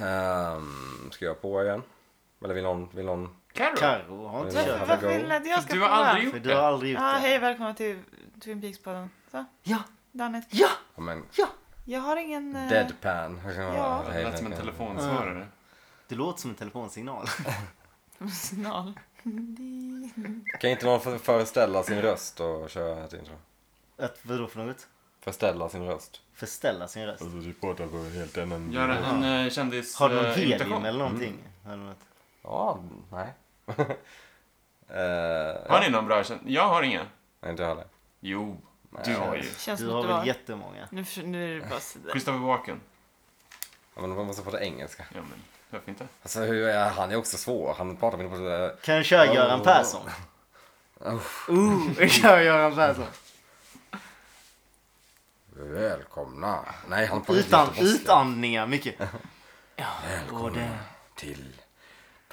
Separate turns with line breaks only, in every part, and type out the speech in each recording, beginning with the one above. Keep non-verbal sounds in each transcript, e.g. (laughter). Ehm, ska jag på igen? Eller vill någon... Vill någon
Carro.
Carro har
Ja,
inte
det var-
kört. den.
Have a
Vad
go.
vill att jag ska
Du har aldrig
prova?
gjort
För du har
det?
aldrig gjort
Ja,
det.
hej välkomna till Twin Peaks-podden. Så,
Ja,
Danne.
ja,
ja, men,
ja.
Jag har ingen... eh,
deadpan?
Ja.
Det lät som en telefonsvarare.
Det låter som en telefonsignal. (laughs)
Signal.
Kan inte någon för- föreställa sin röst och köra ett intro?
Att, vadå för något?
Förställa sin röst.
Förställa sin röst.
du pratar på helt annan
Gör en eh, kändis...
Har du någon
eh, imitation.
helium eller
Mm.
någonting? Har du något?
Ja, nej. (laughs) Eh,
Har ni någon bra kändis? Jag har ingen.
Nej, inte jag heller.
Jo, du har ju.
Känns
Du
som att
har
du har...
väl jättemånga?
Nu, för- nu är det bara sådär.
Christopher Walken.
Ja, men man måste prata engelska.
Ja, men varför inte?
Alltså, hur är, han är också svår. Han pratar väl på det
Kan du köra
Ja,
Göran
ja. (laughs)
Persson? Ooh, kör Göran Persson.
Välkomna. Nej, han pratar
Utan,
göteborgska.
utandningar mycket. Ja, och det.
Välkomna till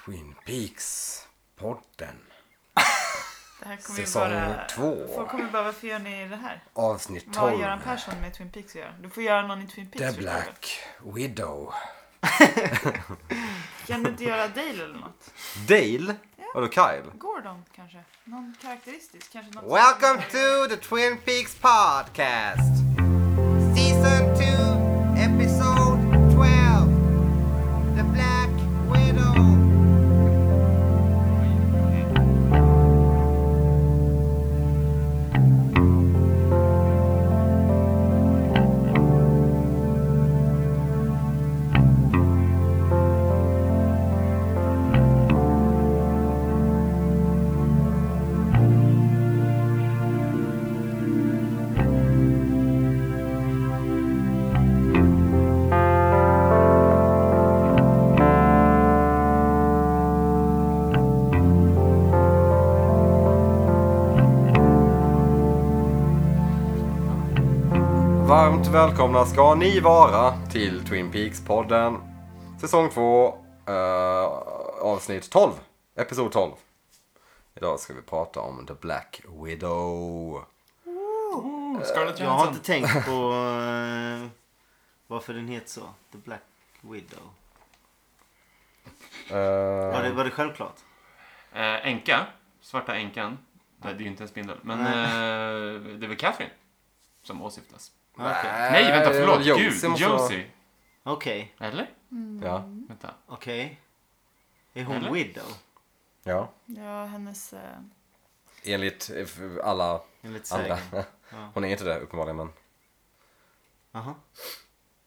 Twin Peaks-podden.
Det här kommer ju
Säsong
bara...
två.
Folk kommer bara, varför gör ni det här?
Avsnitt
Vad har Göran
12.
Persson med Twin Peaks att göra? Du får göra någon i Twin Peaks.
The
förstår du.
Black Widow.
Kan du inte göra Dale eller något?
Dale? Vadå Kyle?
Gordon kanske? Någon karaktäristisk? Kanske något
Welcome to the Twin Peaks Podcast, Season 2, Episode 12 The Black Widow.
Varmt välkomna ska ni vara till Twin Peaks-podden. Säsong 2, avsnitt 12. Episod 12. Idag ska vi prata om The Black Widow.
Oh, Scarlett
Jag har
Johansson.
inte
(laughs)
tänkt på eh, varför den heter så. The Black Widow. Var det,
Eh,
var det självklart?
Eh, Enka. Svarta änkan. Nej, det är ju inte en spindel. Men
Nej.
eh, det är väl Catherine som åsyftas.
Okej,
Nej, vänta,
det var
förlåt.
Eh, Josie
Gud,
måste vara-
Josie.
okej.
Eller?
Ja,
Vänta.
okej. Är hon
Eller?
widow?
ja.
Ja, hennes... eh,
Enligt eh, alla
Enligt
andra.
sägen.
(laughs) Hon är inte det uppenbarligen men.
Jaha.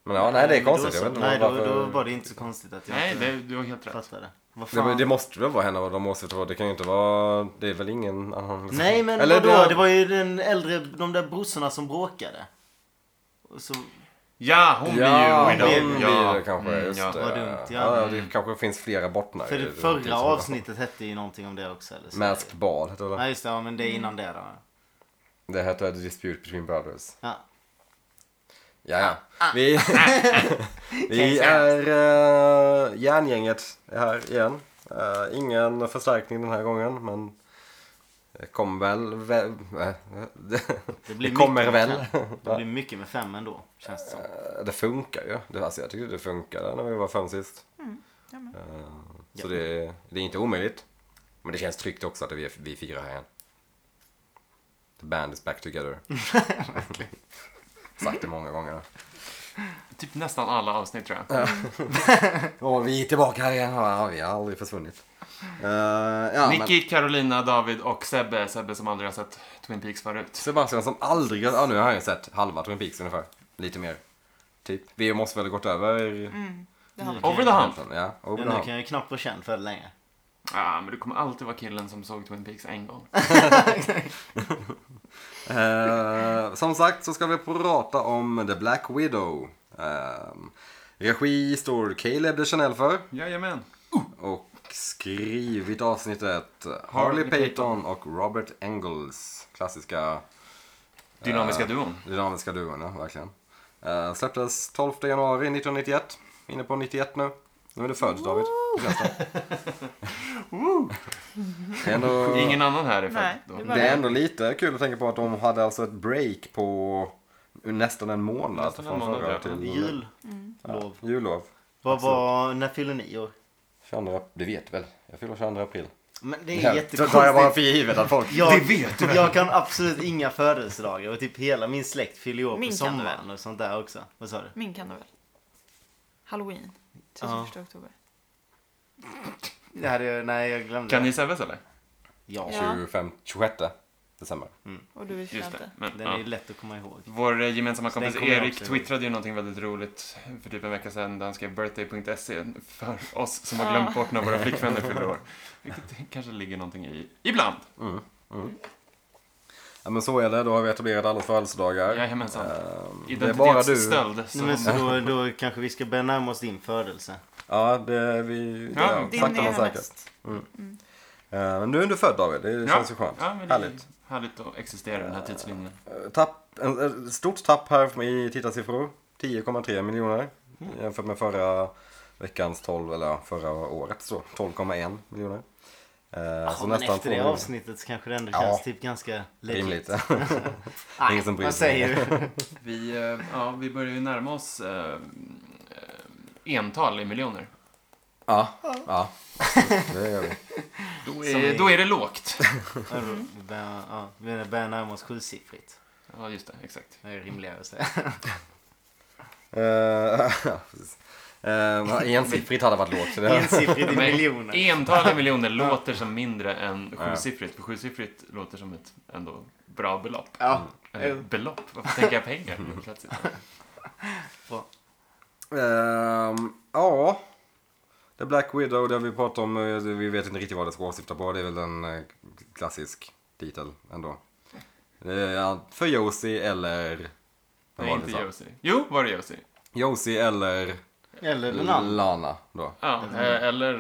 Men ja, nej det är
men då
konstigt. Jag
så.
vet inte
Nej, då,
varför.
då var det inte så konstigt att jag
Nej,
inte
det, du har helt rätt.
fattade. Vad
Det,
fan?
det måste väl vara henne och de åsyftar Det kan ju inte vara... Det är väl ingen annan liksom.
Nej, men
Eller
vadå? Det var ju den äldre, de där brorsorna som bråkade. Och så,
Ja, hon
Ja,
blir ju
blir-
widow.
hon
ja.
blir det kanske.
Mm,
just
ja.
det.
Vad dumt, ja.
ja, det kanske finns flera bottnar.
för
i
det
det typ
förra
som-
avsnittet hette ju någonting om det också. Eller så.
Masked Ball hette det.
Nej, just det. Ja, men det är
Mm.
innan det då.
Det hette The Dispute Between Brothers.
Ja.
Ja, ja.
Ah, (laughs)
Vi, (laughs) vi är uh, järngänget är här igen. Eh, ingen förstärkning den här gången, men det kommer väl. väl eh, (laughs) det,
Det,
det
blir
kommer
mycket
väl.
Med fem.
(laughs)
Det blir mycket med fem ändå, känns det som.
Eh, Det funkar ju. Det, alltså, jag tycker det funkade när vi var fem sist.
Mm, ja, men.
Eh, så det, det är inte omöjligt. Men det känns tryggt också att vi, är- vi firar här igen. The band is back
(laughs)
together. Sagt det många gånger.
Typ nästan alla avsnitt tror jag.
Ja, vi är tillbaka här igen. Ja, vi har aldrig försvunnit. Eh, ja, men
Nicky, Carolina, David och Sebbe. Sebbe som aldrig har sett Twin Peaks förut.
Sebastian som aldrig... Ja, nu har han ju sett halva Twin Peaks ungefär. Lite mer. Typ. Vi måste väl ha gått över...
Det har vi.
Over the hump.
Ja, over the
Nu
hump.
kan jag ju knappt vara känd för det längre.
Ja, men du kommer alltid vara killen som såg Twin Peaks en
(laughs)
gång.
Eh, som sagt så ska vi prata om The Black Widow. Eh, regi står Caleb de Chanel för
Jajamän.
och skrivit avsnittet
Harley
Harley Payton och Robert Engels. Klassiska
Dynamiska duon.
dynamiska duon, ja, verkligen. Eh, släpptes 12 januari 1991. Inne på 91 nu. Nu är du född David. Känns det. Det är ändå-
Ingen annan här är född
Nej,
då.
det var-
Det är ändå lite kul att tänka på att de hade alltså ett break på nästan en månad
Nästan en
från
månad,
förra
ja.
till
Mm.
Jullov.
jullov. Mm.
Vad Vad
Absolut.
var, när fyller ni år?
22 april, det vet du väl? Jag fyller 22 april.
Men det är
Ja, Då tar jag bara för
jättekonstigt.
givet att folk...
(laughs) Jag,
Det vet
jag kan absolut inga födelsedagar och typ hela min släkt fyller ju år
Min
på
kan
sommaren
väl.
och sånt där också. Vad sa du?
Min kan du väl? Halloween. 31 oktober.
Det hade jag, nej jag glömde.
Kan ni Seves eller?
Ja.
Ja.
25, 26 december.
Och du är
Just det.
25.
Men,
Den
ja.
är ju lätt att komma ihåg.
Vår eh, gemensamma
Så den
kompis
kommer jag
Erik
också ihåg.
twittrade ju någonting väldigt roligt för typ en vecka sedan där han skrev birthday.se för oss som har
Ja.
glömt bort när våra flickvänner fyller
(laughs)
år. Vilket kanske ligger någonting i ibland.
Ja men så är det, då har vi etablerat allas födelsedagar.
Jajamensan.
Ehm, det är bara du.
Identitetsstöld.
Nej,
som-
men så då, då kanske vi ska börja närma oss din födelse.
Ja, det vi...
Ja,
Ja,
Din
sakta
är
men säkert.
härnäst.
Eh, Men nu är du född David, det
Ja.
känns ju skönt.
Ja, men det är
Härligt.
härligt att existera i den här tidslinjen.
Eh, Tapp, en, ett stort tapp här i tittarsiffror. 10,3 miljoner
Mm.
jämfört med förra veckans 12, eller ja, förra årets då, 12,1 miljoner. Eh,
Ja, men efter
två
det
miljoner.
avsnittet så kanske det ändå
Ja.
känns typ ganska legit.
Rimligt.
(laughs)
(laughs)
Nej,
Ingen som bryr
vad
sig.
säger
(laughs)
du?
Vi, eh, ja, vi börjar ju närma oss eh, eh, ental i miljoner.
ja,
(laughs)
ja. Det gör vi.
Då
Som
är,
är-
då är det lågt.
Ja, då- vi börjar- ja, Vi börjar närma oss sjusiffrigt.
Ja, just det. Exakt.
Det är rimligare att säga.
Eh, (laughs) ja, precis. Eh, ensiffrigt hade varit
(laughs)
lågt. Så det
Ensiffrigt (laughs)
Men
i miljoner.
Ental i
(laughs)
miljoner låter som mindre än sjusiffrigt. För sjusiffrigt låter som ett ändå bra belopp.
Ja,
Eller
jo.
belopp? Varför tänker
(laughs)
jag pengar plötsligt?
bra.
Ehm, ja. The Black Widow, det har vi pratat om. eh, Vi vet inte riktigt vad det ska åsyfta på. Det är väl en eh, klassisk titel ändå. Det är, ja, För Josie eller... vad
Nej,
var det
inte
du sa?
Josie. Jo, var det Josie?
Josie eller
Eller den andra.
Lana då.
Ja,
Mm.
eh, eller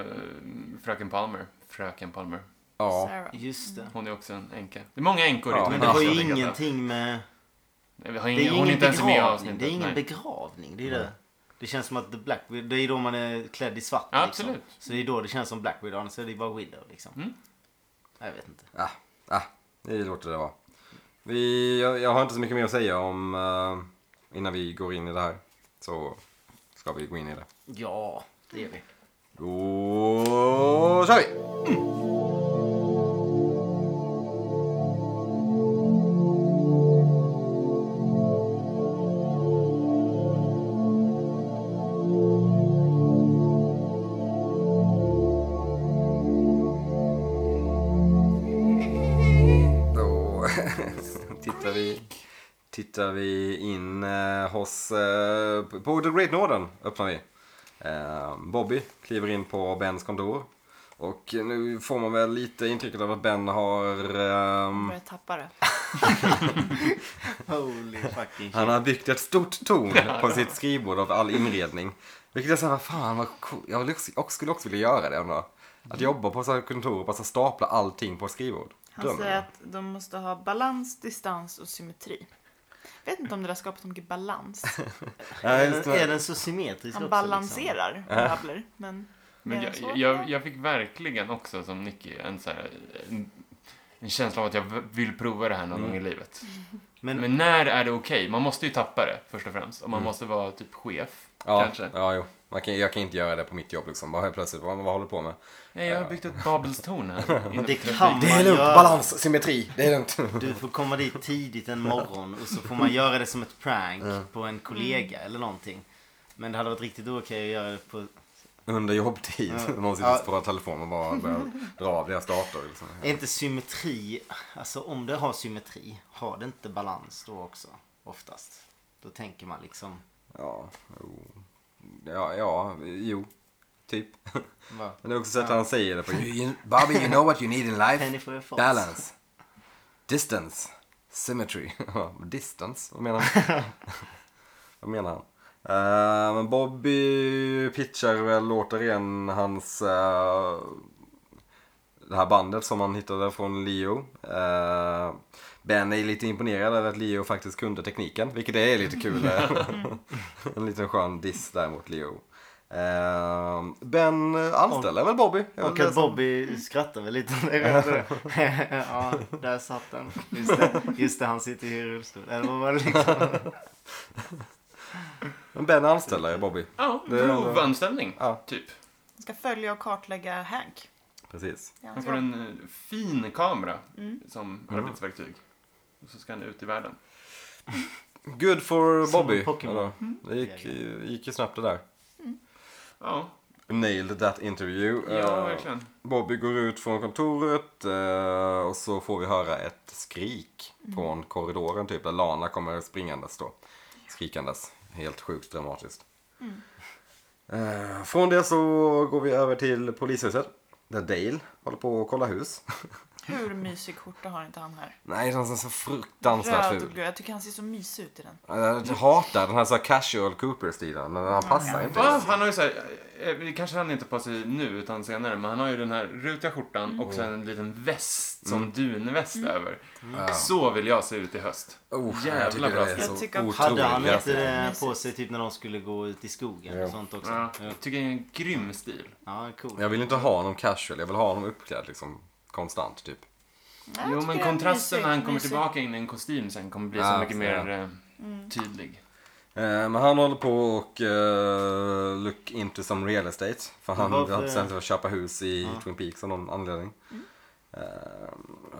eh, Fröken Palmer. Fröken Palmer.
Ja. Mm.
Sarah.
Just det.
Hon är också en änka. Det är många änkor
Ja,
i
Men
men
det har
Tornedalen,
ju
helt enkelt.
ingenting med...
Nej, vi har ingen,
Det är
hon är
ingen
inte ens med i
begravning.
avsnittet.
Det är ingen
nej.
begravning. Det är det. Det känns som att The Black Widow, det är då man är klädd i svart.
Ja,
liksom.
absolut.
Så det är då det känns som Black Widow, annars är det bara Widow liksom.
Mm.
Jag vet inte.
Ah, ah, det låter det vara. Vi, jag, jag har inte så mycket mer att säga om eh, innan vi går in i det här. Så ska vi gå in i det.
Ja, det är vi.
Då kör vi! Då (laughs) tittar vi, tittar vi in eh, hos, eh, på The Great Northern öppnar vi. Eh, Bobby kliver in på Bens kontor. Och nu får man väl lite intrycket av att Ben har... ehm,
Börjar tappa det.
Holy (laughs) fucking shit.
han har byggt ett stort torn på sitt skrivbord av all inredning. Vilket jag säger, vad fan vad cool. Jag vill också- jag skulle också vilja göra det ändå. Att jobba på sådana kontor och bara så stapla allting på skrivbord.
Mm. Han
Drömmen.
säger att de måste ha balans, distans och symmetri. Jag vet inte om det där skapar så
(laughs)
mycket balans.
Nej,
Är
just
den,
eh,
det.
är den så symmetrisk
Han
liksom-
också, liksom?
balanserar möbler. Men,
Men
mer än så?
jag, jag, jag fick verkligen också som Nicky en, så här, en, en känsla av att jag v- vill prova det här någon gång i livet.
Liksom. Mm. Men, Mm.
Men när är det okej? Man måste ju tappa det först och främst. Och man måste vara typ chef.
Ja,
Kanske.
ja jo. Man kan, jag kan inte göra det på mitt jobb liksom. Bara helt plötsligt, vad, vad håller du på med?
Nej, jag har byggt ett Babelstorn
(laughs)
här. inne
det
på trappan.
kan
Det är
man
lugnt,
göra.
balans, symmetri, det är lugnt.
Du får komma dit tidigt en morgon och så får man göra det som ett prank på en
Mm.
kollega eller någonting. Men det hade varit riktigt okej att göra det på...
(laughs) Under jobbtid.
Ja.
Någon sitter och
Ja.
pratar telefon och bara
(laughs)
börjar dra av deras dator. Liksom.
Är inte symmetri... Alltså om det har symmetri, har det inte balans då också? Oftast. Då tänker man liksom...
Ja, jo. Ja, ja, jo. Typ.
Va?
(laughs) Men det är också så att han säger det på... (laughs) Bobby, you know what you
(laughs)
need in
Penny
life?
for your thoughts.
Balance. Distance. Symmetry. (laughs) Distance? Vad menar han? (laughs) Vad menar han? Eh, men Bobby pitchar väl återigen hans... eh, det här bandet som han hittade från Leo. Eh, ben är lite imponerad över att Leo faktiskt kunde tekniken, vilket är lite
(laughs)
kul. en liten skön diss där mot Leo. Eh, ben anställer väl Bobby? Jag
Och
vet
att
inte.
Bobby skrattar väl lite. Det är rätt. (laughs) ja, där satt den. Just det, just det han sitter i rullstol. Eller vad var det liksom?
Men Ben anställer ju Bobby.
Ja,
Det är ändå-
provanställning.
Ja.
Typ.
Han ska följa och kartlägga Hank.
Precis.
Ja,
Han
ja.
får en eh, fin kamera som arbetsverktyg. Och så ska han ut i världen.
Good for
Som
Bobby.
en Pokémon. Mm.
eller? Det gick, gick ju snabbt det där.
Ja,
Nailed that interview.
ja
Eh,
verkligen.
Bobby går ut från kontoret eh, och så får vi höra ett skrik
Mm.
från korridoren typ där Lana kommer springandes då. Skrikandes. Helt sjukt dramatiskt.
Mm.
Eh, Från det så går vi över till polishuset. Där Dale håller på att kolla hus. (laughs)
Hur mysig skjorta har inte han här?
Nej, den är så fruktansvärt
Röd och
ful.
blå. Jag tycker han ser så mysig ut i den.
Eh, Jag hatar den här så här casual Cooper-stilen. Men han passar inte.
Va? Han har ju så här, eh, eh, kanske han inte på sig nu utan senare, men han har ju den här rutiga skjortan och sen en liten väst som dunväst
Mm.
över. Så vill jag se ut i höst.
Oh, jag
Jävla
tycker
bra
det är
Jag
så
tycker-
otroligt.
Hade han inte
gräsligt.
det på sig typ när de skulle gå ut i skogen
Ja.
och sånt också?
Ja,
Ja,
jag tycker det är en grym stil.
cool.
Jag vill inte ha honom casual. Jag vill ha honom uppklädd liksom konstant typ.
Nej, jag
Jo,
tycker
men
det är
kontrasten
mysig,
när han kommer
mysig.
tillbaka in i en kostym sen kommer bli
Ja,
så mycket mer
ja.
eh,
Mm.
tydlig.
Eh, Men han håller på och eh, look into some real estate. För han
Varför-
har bestämt sig för att köpa hus i Twin Peaks av någon anledning. Eh,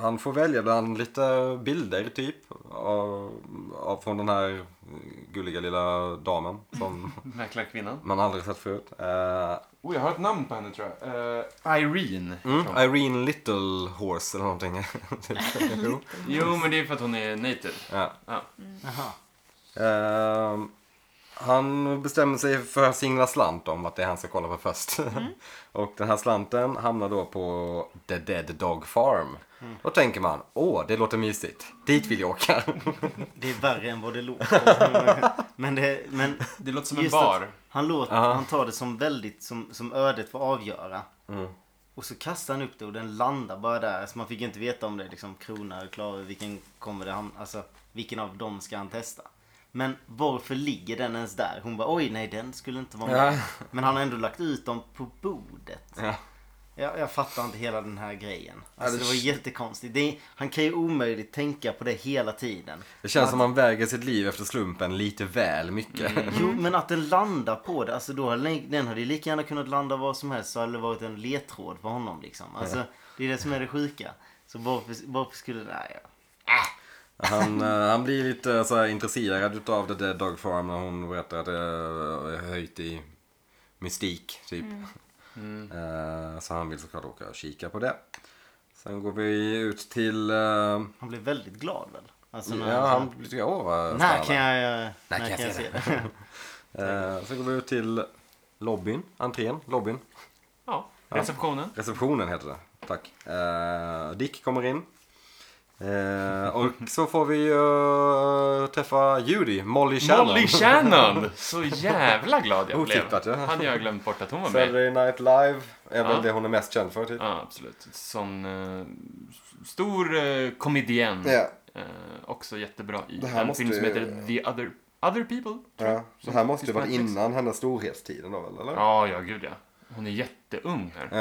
han får välja bland lite bilder typ. Av, av, från den här gulliga lilla damen som
Mäklarkvinnan.
man aldrig sett förut. Eh,
Oh, jag har ett namn på henne tror jag. Eh, Irene.
mm, Irene Little Horse eller någonting. (laughs) Jo.
Jo, men det är för att hon är native.
ja.
Ja.
Jaha.
Ehm, han bestämmer sig för att singla slant om att det är han ska kolla på först. (laughs) och den här slanten hamnar då på The Dead Dog Farm. Då tänker man, åh det låter mysigt, dit vill jag åka. (laughs)
Det är värre än vad det låter. (laughs) men det, men
Det låter som en
Just
bar.
att Han, låter,
Ja.
han tar det som väldigt, som, som ödet får avgöra.
Mm.
Och så kastar han upp det och den landar bara där. Så man fick inte veta om det är liksom krona och klave, vilken kommer det hamna, alltså vilken av dem ska han testa? Men varför ligger den ens där? Hon bara oj nej den skulle inte vara med.
Ja.
Men han har ändå lagt ut dem på bordet.
ja.
Jag, jag fattar inte hela den här grejen. Alltså,
det
det var
kän-
jättekonstigt. Det är, han kan ju omöjligt tänka på det hela tiden.
Det känns som man väger sitt liv efter slumpen lite väl mycket.
Jo, men att den landar på det. Alltså då hade den, den hade ju lika gärna kunnat landa var som helst. Så hade det varit en ledtråd för honom liksom. Alltså, det är det som är det sjuka. Så varför, varför skulle det... Nej, ja.
Han, eh, han blir lite så här intresserad utav The Dead Dog Farm när hon berättar att det eh, är höjt i mystik typ. Eh, Så han vill såklart åka och kika på det. Sen går vi ut till... eh,
Han blev väldigt glad väl? Alltså, när
ja,
han,
han tycker åh vad
när kan
spännande."
jag, när
kan jag
kan jag
se
se det?
Eh, Sen går vi ut till lobbyn, entrén, lobbyn.
Ja, receptionen.
Receptionen heter det. Tack. Eh, Dick kommer in. Eh, och så får vi ju träffa Judy, Molly Shannon.
Molly (laughs) Shannon! Så jävla glad jag blev.
Otippat, ja.
Hade jag glömt bort att hon var med.
Saturday Night Live är väl
Ja.
det hon är mest känd för typ.
Ja, absolut. Sån eh, stor eh, komedienn.
Ja.
Eh, också jättebra i
Det här
en
måste
film som
ju-
heter The Other, Other People.
Ja, så här måste ju varit
Netflix.
innan hennes storhetstiden då väl, eller?
Mm. Ja, ja, gud ja. Hon är jätteung här.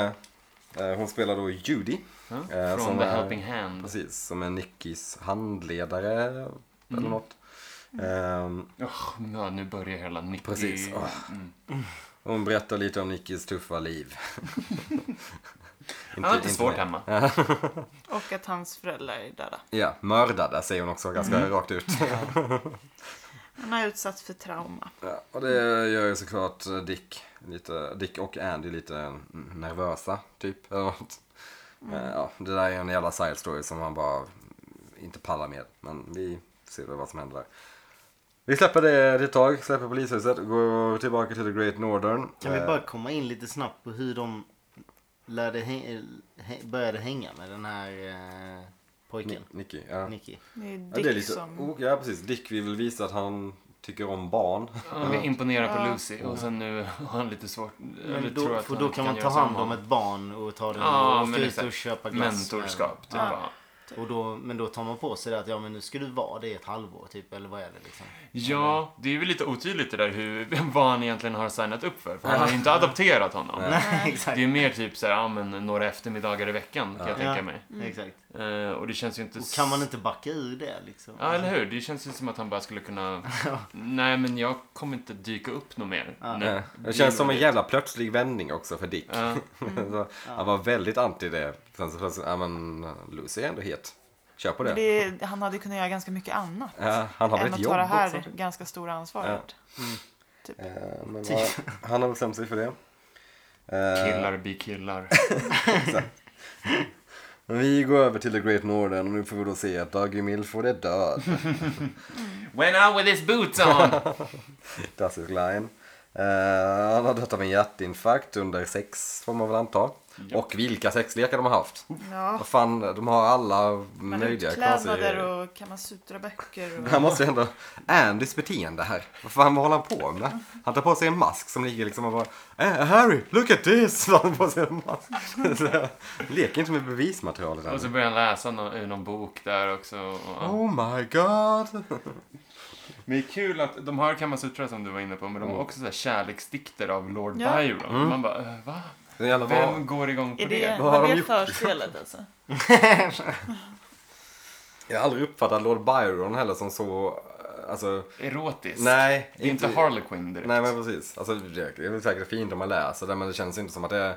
Ja. Eh, Hon spelar då Judy,
Ja,
Eh, som
Från The
är-
Helping Hand.
precis, som är Nickys handledare
Mm.
eller något. Ehm,
Åh, ja, nu börjar hela 90...
Precis. Åh.
Mm.
hon berättar lite om Nickys tuffa
(laughs)
liv. (laughs)
Han har inte
mer.
svårt hemma.
Och att hans föräldrar är döda.
Ja, mördade säger hon också ganska
Mm.
rakt
(laughs)
ut.
Han har utsatts för trauma.
Ja, och det gör ju såklart Dick, lite, Dick och Andy lite nervösa, typ. Eller något.
Mm.
Eh, Ja, det där är en jävla side story som man bara inte pallar med. Men vi ser väl vad som händer där. Vi släpper det ett tag, släpper polishuset och går tillbaka till The Great Northern.
Kan vi
Eh,
bara komma in lite snabbt på hur de lärde häng, hä- började hänga med den här eh,
Ni-
pojken?
Nicky, ja.
Nicky.
Det är Dick
ja, det är lite,
som...
oh, ja, precis. Dick vill väl visa att han tycker om barn.
Han vill imponera på
Ja.
Lucy och sen nu har han lite svårt. eller
Men
tror
då,
att
för
han
då
inte
kan man ta
göra samma.
hand om ett barn och ta den
Ja,
och
men
åka ut
exakt.
och köpa glass. med
Mentorskap, typ.
Ja.
Ja.
den. Och då, men då tar man på sig det att ja men nu ska du vara det i ett halvår typ eller vad är det liksom?
Ja, det är väl lite otydligt det där hur, (laughs) vad han egentligen har signat upp för. För han har ju inte adopterat honom.
Nej
Det
(laughs) exakt.
är mer typ så här, ja men några eftermiddagar i veckan kan jag tänka mig.
Mm.
Ja, exakt.
Eh, Eh, och det känns ju inte...
Och kan man inte backa ur det liksom?
Ja, eller hur? Det känns ju som att han bara skulle kunna... Nej, men jag kommer inte dyka upp något mer.
Ja.
Nej.
Det känns som en jävla plötslig vändning också för Dick.
Ja.
(laughs) så, han var väldigt anti det. Sen så plötsligt, ja men Lucy är ändå het. Kör på det.
Men det, han hade kunnat göra ganska mycket annat.
Ja, han har väl ett
än att
jobb
ta det här
också.
ganska stora ansvaret.
Eh, men vad- han har bestämt sig för det. Eh,
Killar blir killar.
men vi går över till The Great Northern och nu får vi då se att Dougie Milford är (laughs) död.
Went out with his boots on!
Klassisk line. Eh, han har dött av en hjärtinfarkt under sex får man väl anta. Och vilka sexlekar de har haft.
Ja.
Vad fan, de har alla
Man
möjliga
utklädnader
knasiga-
och kan man
(laughs)
sutra böcker. Och...
Han måste ju ändå... Andys beteende här. Vad fan vad håller han på med? Han tar på sig en mask som ligger liksom och bara... Eh, Harry, look at this! Han tar på sig en mask. Så, Leker inte med bevismaterialet
Och så
Andy.
börjar han läsa nå- ur någon bok där också. Och, ja.
Oh my god!
Men det är kul att de har Kamasutra som du var inne på, men de har också så här kärleksdikter av Lord
Ja.
Byron.
Mm.
Man bara, eh, va?
Det är jävla
Vem
var...
går igång på
Är
det?
det,
Vad har
var
de
det
gjort?
förspelet alltså?
Jag har aldrig uppfattat Lord Byron heller som så... Alltså,
Erotiskt?
nej.
Det är inte Harlequin direkt.
Nej men precis. Alltså, det det är väl säkert fint om man läser det men det känns inte som att det är,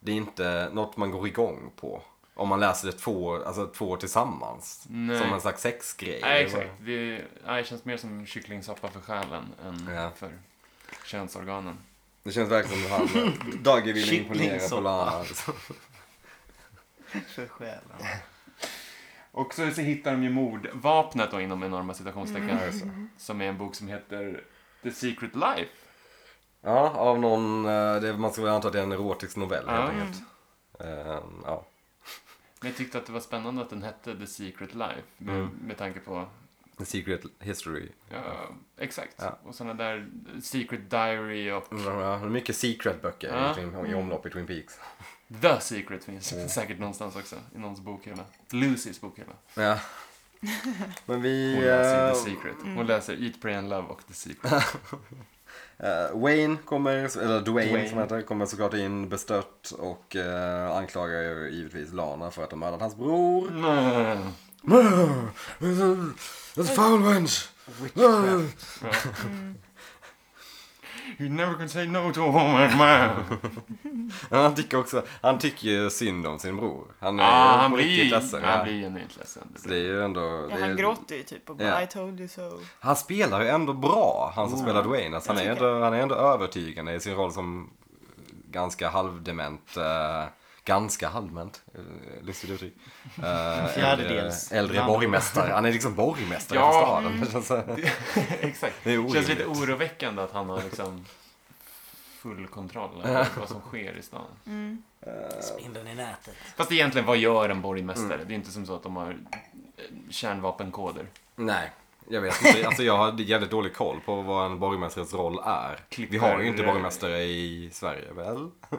det är inte något man går igång på. Om man läser det två, alltså två tillsammans.
Nej.
Som en slags sexgrej.
Nej,
Det är bara-
exakt. Det, nej, det känns mer som kycklingsoppa för själen än
Ja.
för könsorganen.
Det känns verkligen som att han, eh, Dagge vill imponera på
Kycklingsoppa.
Lana.
(laughs) För själen.
Och så, så hittar de ju mordvapnet då inom enorma citationstecken. Alltså, Som är en bok som heter The Secret Life.
Ja, av någon, eh, det, man ska väl anta att det är en erotisk novell helt
Ja.
enkelt. Ehm, ja.
Men jag tyckte att det var spännande att den hette The Secret Life. Med, med tanke på,
The Secret History.
ja, exakt.
Ja.
Och sådana där Secret Diary och
Ja, det är mycket secret-böcker
Mm, Ja.
i, Twin- i omlopp i Twin Peaks.
The Secret finns säkert någonstans också. I någons bokhylla. Lucys bokhylla.
Ja. Men vi...
Hon alltså läser ju
eh,
The Secret. Hon läser Eat, Pray and Love och The Secret. (laughs)
Eh, Wayne kommer, eller Dwayne,
Dwayne.
som heter, kommer såklart in bestört och eh, anklagar ju givetvis Lana för att ha mördat hans bror.
Mm.
(laughs) That's foul wench!
You never can say no to a woman, man.
(laughs) Han tycker också, han tycker ju synd om sin bror. Han är
Ja, han
på riktigt
blir,
ledsen.
han
ja.
blir genuint ledsen. Det
Så det
blir.
är ju ändå... det
Ja,
är,
han gråter ju typ och bara
Ja.
I told you so.
han spelar ju ändå bra, han som spelar Dwayne. Alltså, han, är ändå, han är ändå övertygande i sin roll som ganska halvdement. eh, Ganska halvdement, eh, lustigt uttryck. Eh,
Fjärdedels.
Äldre, äldre
Man.
borgmästare. Han är liksom borgmästare Alltså,
Ja. Mm.
för staden. (laughs) Det känns så-
Exakt.
Det är orimligt.
känns lite oroväckande att han har liksom
(laughs)
full kontroll över vad som sker i stan.
Spindeln i nätet.
Fast egentligen, vad gör en borgmästare?
Mm.
Det är inte som så att de har eh, kärnvapenkoder.
Nej, jag (laughs) vet inte. Alltså, jag har jävligt dålig koll på vad en borgmästares roll är. Vi har ju inte
Klipper-
borgmästare i Sverige, väl? (laughs)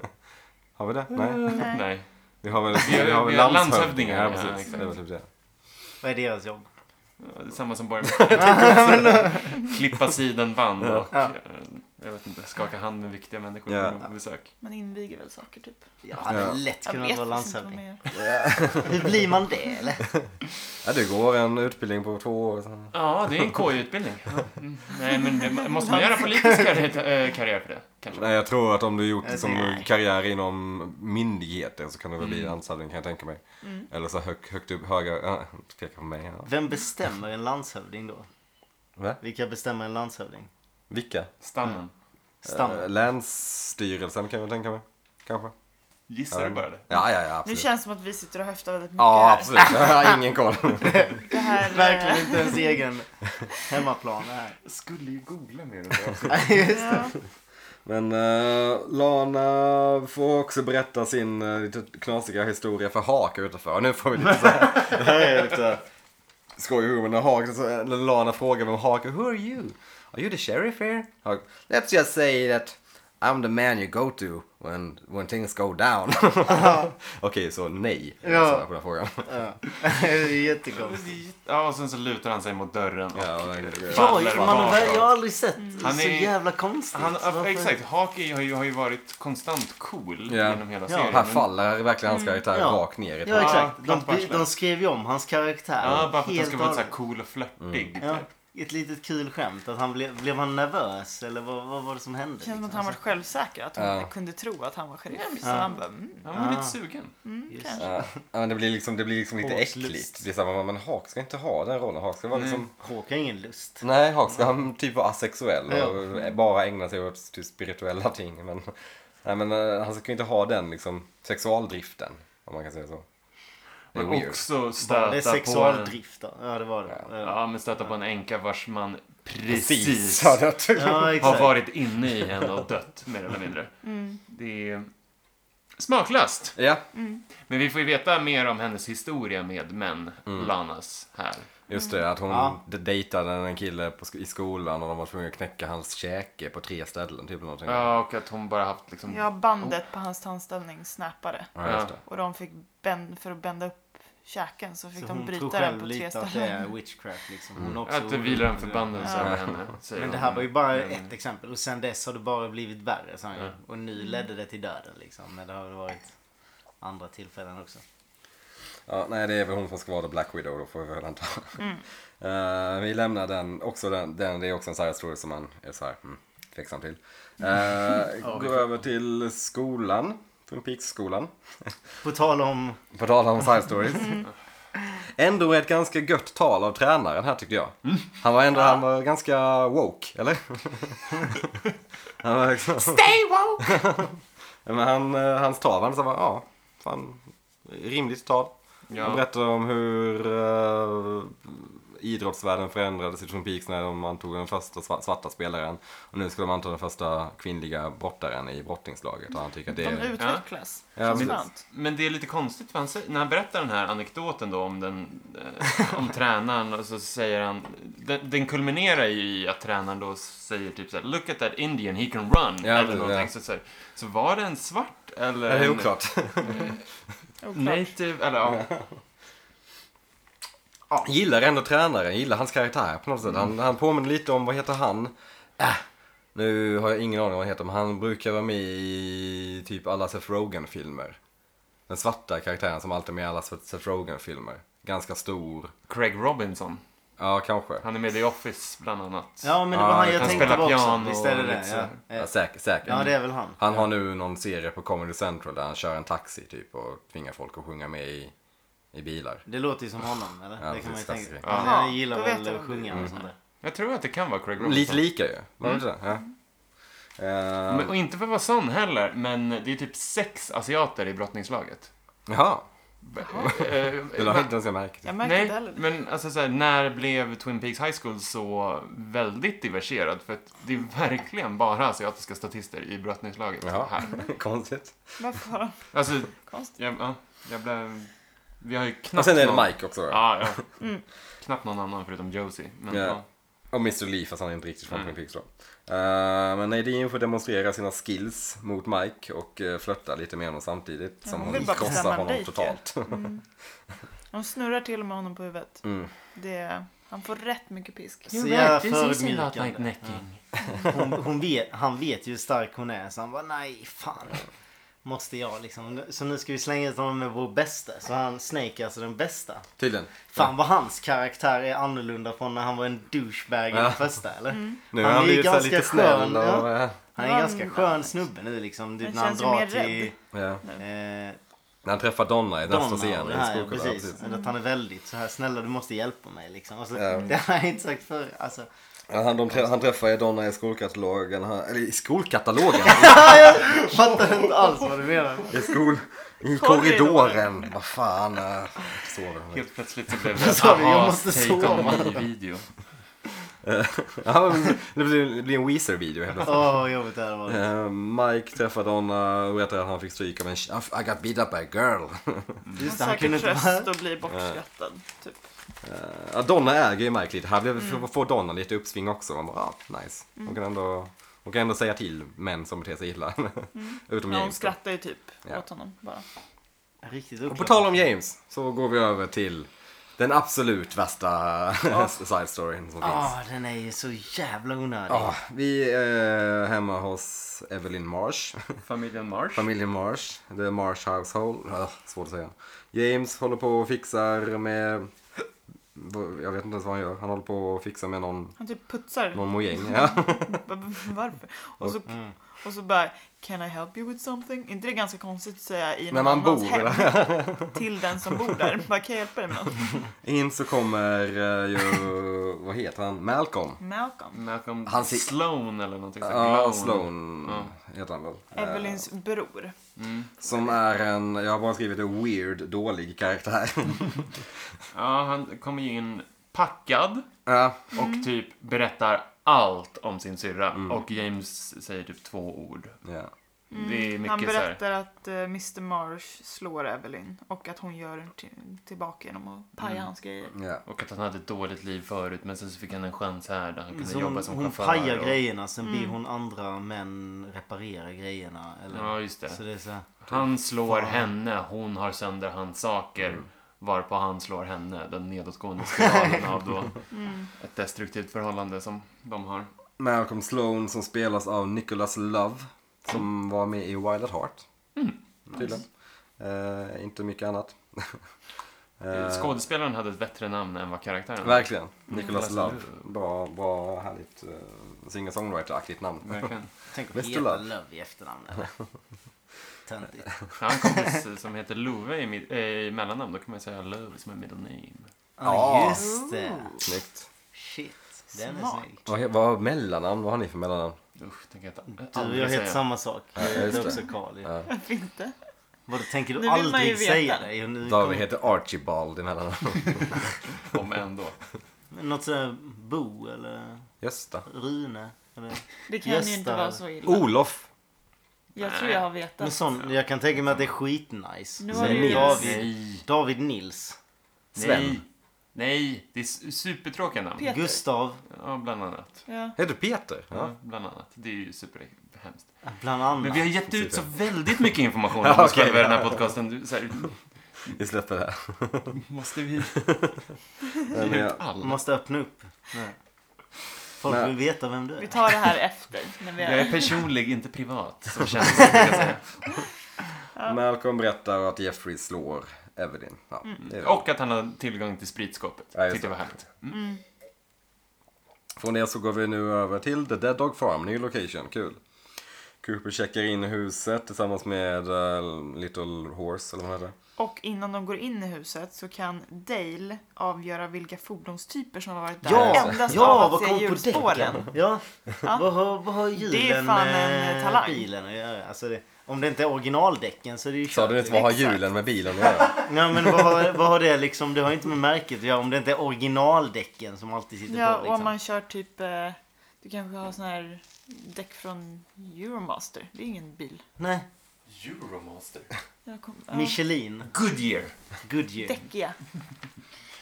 Har vi det? Nej.
Nej.
Vi har väl,
Vi har-
Eh, vi har väl
vi har
landshövdingar. Ja,
landshövdingar, ja,
precis.
exakt.
Det är väl typ det.
Vad är deras jobb?
Det är samma
(laughs)
som borgmästare. Klippa sidenband och eh, jag vet inte, skaka hand med viktiga människor
Ja.
på besök.
Man inviger väl saker typ.
Jag hade
Ja.
lätt
Jag
kunnat
vet
vara
faktiskt inte vad man
landshövding.
gör.
Hur blir man det eller?
Ja, du går en utbildning på två år. Sen.
Ja, det är en KY-utbildning. Mm. Nej, men det- måste man göra politisk karriär, eh, karriär för det? Kanske.
Nej, jag tror att om du gjort
Jag
som
tänker-
karriär inom myndigheter så kan du väl
Mm.
bli landshövding kan jag tänka mig. Eller så hög, högt upp, höga, äh, peka på mig. Ja.
Vem bestämmer en landshövding då?
Va?
Vilka bestämmer en landshövding?
Vilka?
Stammen.
Eh,
Stammen.
Länsstyrelsen kan jag tänka mig. Kanske.
Gissar du bara det?
Ja, ja, ja.
Mm. Nu
Absolut.
känns det som att vi sitter och höftar väldigt mycket
Ja,
här.
absolut. (laughs) Jag har ingen koll.
(laughs)
Det här
(laughs)
eh,
Verkligen inte ens egen
(laughs)
hemmaplan här.
skulle ju googla (laughs) mer om det.
Ja.
Men eh, Lana får också berätta sin eh, lite knasiga historia för Hak utanför. Och nu får vi lite så här. Det här är lite skoj i huvudet. När Hak- så- när Lana frågar vem Hak är. Who are you? Are you the sheriff here? Hak, Let's just say that I'm the man you go to When, when things go down. Okej, så nej.
Ja.
Svarar på den frågan.
Ja. det är jättekonstigt.
Ja, och sen så lutar han sig mot dörren och
Ja,
eh,
verkligen.
Jag,
faller
man har, jag har
bakåt.
aldrig sett
Han
så
är-
jävla konstigt.
Han, ja,
Varför-
exakt, Haki har ju, har ju varit konstant cool
Ja.
genom hela
Ja.
serien.
Här faller verkligen hans karaktär
Ja.
rakt ner i ett
Ja, exakt.
platt på
De,
arslet.
de skrev ju om hans karaktär.
Ja, bara för att han
helt
ska vara
och-
så här cool och flörtig.
Mm.
Ja,
typ.
ett litet kul skämt. Att han blev, blev han nervös eller vad, vad var det som hände?
Det känns som att
liksom?
han var självsäker, att hon
Ja.
kunde tro att han var sheriff. Så
Ja.
han bara, mm,
Han var lite
Ah.
sugen.
mm,
Just.
kanske.
Ja, ja, men det blir liksom, det blir liksom lite
Håslust.
äckligt. Det är samma, men Hawk ska inte ha den rollen. Hawk ska vara liksom...
Alltså, Håkan har ingen lust.
Nej, Hawk ska han typ vara asexuell och bara ägna sig åt typ spirituella ting. Men, nej, men eh, han ska ju inte ha den liksom sexualdriften, om man kan säga så. Det är
Men
weird.
också
Var det
stöta på en,
sexualdrift då? Ja, det var det. Ja, ja.
ja, men stöta på en änka vars man
Precis,
precis
sa jag tror.
har
exakt. Mm.
varit inne i henne och dött, mer eller mindre. Det är smaklöst.
Ja,
Men vi får ju veta mer om hennes historia med män, Lanas, här.
just det. Att hon
Ja.
d- dejtade en kille på, sk- i skolan och de var tvungna att knäcka hans käke på tre ställen. Typ någonting.
Ja, och att hon bara haft liksom...
Ja, bandet på hans tandställning snappade.
Ja, just det.
Och de fick, bänd, för att bända upp käken så fick
Så
de
hon tror
bryta den
själv
på tre
lite att det är
ställen.
witchcraft liksom. Hon är också
Mm. Att det vilar en
orolig.
förbannelse
Ja.
över henne, säger
Men det
hon.
här var ju bara
Mm.
ett exempel och sen dess har det bara blivit värre sa han ju. Och
Mm.
nu ledde det till döden liksom. Men det har väl varit andra tillfällen också.
Ja, nej, det är väl hon som ska vara The Black Widow då får vi väl anta. (laughs) Eh, vi lämnar den, också den, den, det är också en side story som man är så här, mm, tveksam till. Uh, går över till skolan, Twin Peaks-skolan.
På tal om...
På tal om side stories. Ändå ett ganska gött tal av tränaren här tyckte jag. Han var ändå han var ganska woke, eller? (laughs) han var liksom,
Stay woke!
men han, eh, hans tal var så bara, ja, fan, rimligt tal. Han
Ja.
berättar om hur eh, idrottsvärlden förändrades i Twin Peaks när de antog den första sva- svarta spelaren. Och nu ska de anta den första kvinnliga brottaren i brottningslaget. Och han tycker att det
De
är...
utvecklas.
Ja,
Känns
men-
skönt.
Men det är lite konstigt, för han, sä- när han berättar den här anekdoten då om, den, eh, om tränaren, och så säger han... Den, den kulminerar ju i att tränaren då säger typ så här, Look at that Indian, he can run.
Ja,
eller
precis,
någonting.
ja.
Så, så, här, så var det en svart eller
Det är
en
oklart.
Oklart.
native, eller ja.
Gillar ändå tränaren, gillar hans karaktär på något sätt. Han, han påminner lite om, vad heter han? Äh, nu har jag ingen aning om vad han heter, men han brukar vara med i typ alla Seth Rogen-filmer. Den svarta karaktären som alltid är med i alla Seth Rogen-filmer. Ganska stor.
Craig Robinson.
Ja, kanske.
Han är med i The Office, bland annat.
Ja men det var
Ja,
han jag
han
tänkte
spelar
på också.
piano
Visst är det
och lite
det? Ja.
liksom-
eh,
Ja, säkert. säkert.
ja det är väl han.
Han har nu någon serie på Comedy Central där han kör en taxi typ och tvingar folk att sjunga med i, i bilar.
Det låter ju som honom eller?
Ja,
det kan man ju
precis, Mm.
tänka sig.
klassiker.
Han
Ja.
han gillar
Då vet
väl
jag
att
vem det
sjunga och sånt där.
Jag tror att det kan vara
Mm.
Craig Robinson.
Lite lika ju, var det inte det? Ja. Eh,
Men, och inte för att vara sån heller, men det är typ sex asiater i brottningslaget.
Jaha,
Eh,
det la inte ens jag märke till.
Jag märkte
Nej,
inte heller det.
men alltså så här, när blev Twin Peaks High School så väldigt diverserad? För att det är verkligen bara asiatiska statister i brottningslaget
Jaha,
här.
(laughs) konstigt.
Varför var de
Alltså,
konstiga?
jag, ja, jag blev... Vi har ju knappt
Och sen är
någon...
det Mike också då.
Ja, ja.
Mm.
Knappt någon annan förutom Josie. Men,
Ja.
ja.
Och Mr. Lee fast han är inte riktigt från
Mm.
Twin Peaks då. Eh, men Nadine får demonstrera sina skills mot Mike och uh, flörta lite med honom samtidigt som
hon
hon
vill bara bestämma
krossar honom
dit, ju.
totalt.
De snurrar till och med honom på huvudet.
Mm.
Det, han får rätt mycket pisk.
Så jävla
like
förödmjukande.
necking.
Hon, hon vet, han vet ju hur stark hon är så han bara nej fan. Måste jag liksom. Så nu ska vi slänga ut honom med vår bästa. Så han Snake är alltså den bästa.
(laughs) Tydligen.
Fan vad hans karaktär är annorlunda från när han var en douchebag i
Ja.
den första eller?
Mm.
Nu är han
ju
blivit så här lite snäll och... eh,
ja.
ja.
Han är en
Han-
ganska skön snubbe nu liksom.
Han
Typ när han
känns ju
drar
mer
till
ja.
eh,
När han träffar Donna i nästa
Donna och
scen
det
i
här. Ja,
Skolkolla.
precis. Att han är väldigt så här snälla du måste hjälpa mig liksom. Och så,
Ja.
Det har jag inte sagt förr. Alltså,
Ja, han, de, trä- han träffar ju Donna i skolkatalogen, han, eller i skolkatalogen, (laughs)
jag fattar inte alls vad du menar.
i, skol, i korridoren. Vad fan, äh, sover hon?
Helt plötsligt så blev det
(laughs) Sorry, jag
Ahas
måste
take on
sova.
me-video.
Ja, men det blir det blir en Weezer-video helt plötsligt.
Åh vad jobbigt det här var.
Eh, Mike träffar Donna och berättar att han fick stryk av en tje- I got beat up by a girl. (laughs)
Just det,
han
han kunde
söker
inte
tröst
vara
och blir bortskrattad. Typ. Mm.
Ja, Donna äger ju Mike lite. Här blev- får Donna lite uppsving också. Man bara, ah, nice. Hon kan ändå... Hon kan ändå säga till män som beter sig illa. (laughs) Utom
Mm. Ja, hon
James. då.
skrattar ju typ
Ja.
åt honom bara.
Riktigt
Och
oklart.
på tal om James så går vi över till den absolut värsta (laughs) side storyn som
Ah.
finns.
Ja, den är ju så jävla onödig.
Ja, vi är hemma hos Evelyn Marsh.
Familjen Marsh.
Familjen Marsh. The Marsh Household. Ah, svårt att säga. James håller på och fixar med... Jag vet inte ens vad han gör. Han håller på och fixar med någon,
Han typ putsar.
någon mojäng. Ja. (laughs)
Va- va- Varför? Och så,
Mm.
och så bara, can I help you with something? Är inte det ganska konstigt att säga
När
i någon
man
annans
bor
hem? Till den som bor där. Bara, kan jag hjälpa dig
(laughs)
med något?
In så kommer eh, ju... Vad heter han? Malcolm.
Malcolm.
Malcolm
Han ser-
Sloan eller någonting sånt.
Ja,
Gloan.
Sloan
Ja.
heter han väl. Eh,
Evelyns bror.
Som är en, jag har bara skrivit en weird, dålig karaktär. (laughs)
Ja, han kommer ju in packad
ja,
och
Mm.
typ berättar allt om sin syrra. Och James säger typ två ord.
ja.
Det är
Mm. Han
mycket så här.
berättar att eh, Mr Marsh slår Evelyn och att hon gör t- tillbaka genom att paja
Mm.
hans grejer.
ja.
Och att han hade ett dåligt liv förut men sen så fick han en chans här där han kunde
Så
jobba
hon,
som
hon
chaufför.
pajar
och-
grejerna, sen
Mm.
blir hon andra män reparera grejerna. Eller?
Ja, just
Så typ,
det.
det är så här,
Han slår henne, hon har sönder hans saker. Varpå han slår henne, den nedåtgående spiralen av då
Mm.
ett destruktivt förhållande som de har.
Malcolm Sloan som spelas av Nicholas Love. Som var med i Wild at Heart. Tydligen. Eh, inte mycket annat. (laughs) Eh,
Skådespelaren hade ett bättre namn än vad karaktären hade.
Verkligen. Nicholas
Mm, Nicholas
Love.
Love.
Bra, bra härligt uh, singer-songwriter-aktigt namn.
Verkligen.
tänk att
Mr.
heta
Love.
Love. i efternamn.
(laughs)
eller? Töntigt.
Jag har en kompis som heter Love i, mid- eh, i mellannamn. Då kan man säga Love som är middle name.
Ja.
Ja, just det.
(laughs)
(laughs)
Snyggt.
Shit, den är
Smart.
snygg.
Vad, he- vad har mellannamn? Vad har ni för mellannamn?
Usch, tänker jag att
Du, jag heter samma sak. Jag
just
heter
det.
också Karl. Ja.
Varför inte?
Vadå, tänker
Nu
du
vill man ju
aldrig
veta.
säga det? Och nu
David
kom-
heter Archibald i mellannamn. (laughs)
Om
(laughs)
ändå.
Något sådär Bo eller
Gösta.
Rune. Eller...
Det kan ju inte
Gösta.
vara så illa.
Olof.
Jag tror jag har vetat.
Men sån, jag kan tänka mig att det är skitnice.
Nu
Så
har du
David,
ju-
Nej.
David Nils.
Sven.
Nej. Nej, det är su- supertråkiga namn.
Peter.
Gustav,
Ja, bland annat.
Ja.
Heter du Peter? Ja.
Ja, bland annat. Det är ju superhemskt.
bland annat.
Men vi har gett ut så väldigt
(laughs)
mycket information
Ja,
om oss
okej.
själva i den här podcasten. Du, så här,
Vi släpper
(laughs)
det. här.
måste vi
Men eh,
ge ut
jag-
Man
allt?
måste öppna upp. Folk
Nej.
vill veta vem du
Vi
är.
tar det här efter. När vi
Jag är
är...
personlig, inte privat.
(laughs)
Som känns, som jag brukar säga.
Malcolm berättar att Jeffrey slår Evelyn. Ja, det är det.
Och att han har tillgång till spritskåpet.
Eh, Ja, just
Tyckte jag var
det.
härligt.
Från det så går vi nu över till The Dead Dog Farm, ny location, kul. Cooper checkar in i huset tillsammans med eh, Little Horse, eller vad han heter.
Och innan de går in i huset så kan Dale avgöra vilka fordonstyper som har varit där.
Ja,
Endast
ja
av att
vad kom
se
på
hjulspåren.
däcken? Ja. Vad, har, vad har hjulen
Det är fan en
med
talang.
bilen att göra? Alltså det, om det inte är originaldäcken så är det ju
Sa
kört.
du inte vad har hjulen med bilen att (laughs) göra?
Ja, men vad har, vad har det liksom? Det har inte med märket att göra om det inte är originaldäcken som alltid sitter
Ja,
på.
och om
Liksom.
man kör typ... eh, Du kanske har sån här däck från Euromaster. Det är ingen bil.
Nej,
Euromaster.
Jag kom... ja.
Michelin.
Goodyear.
Goodyear.
Däckiga.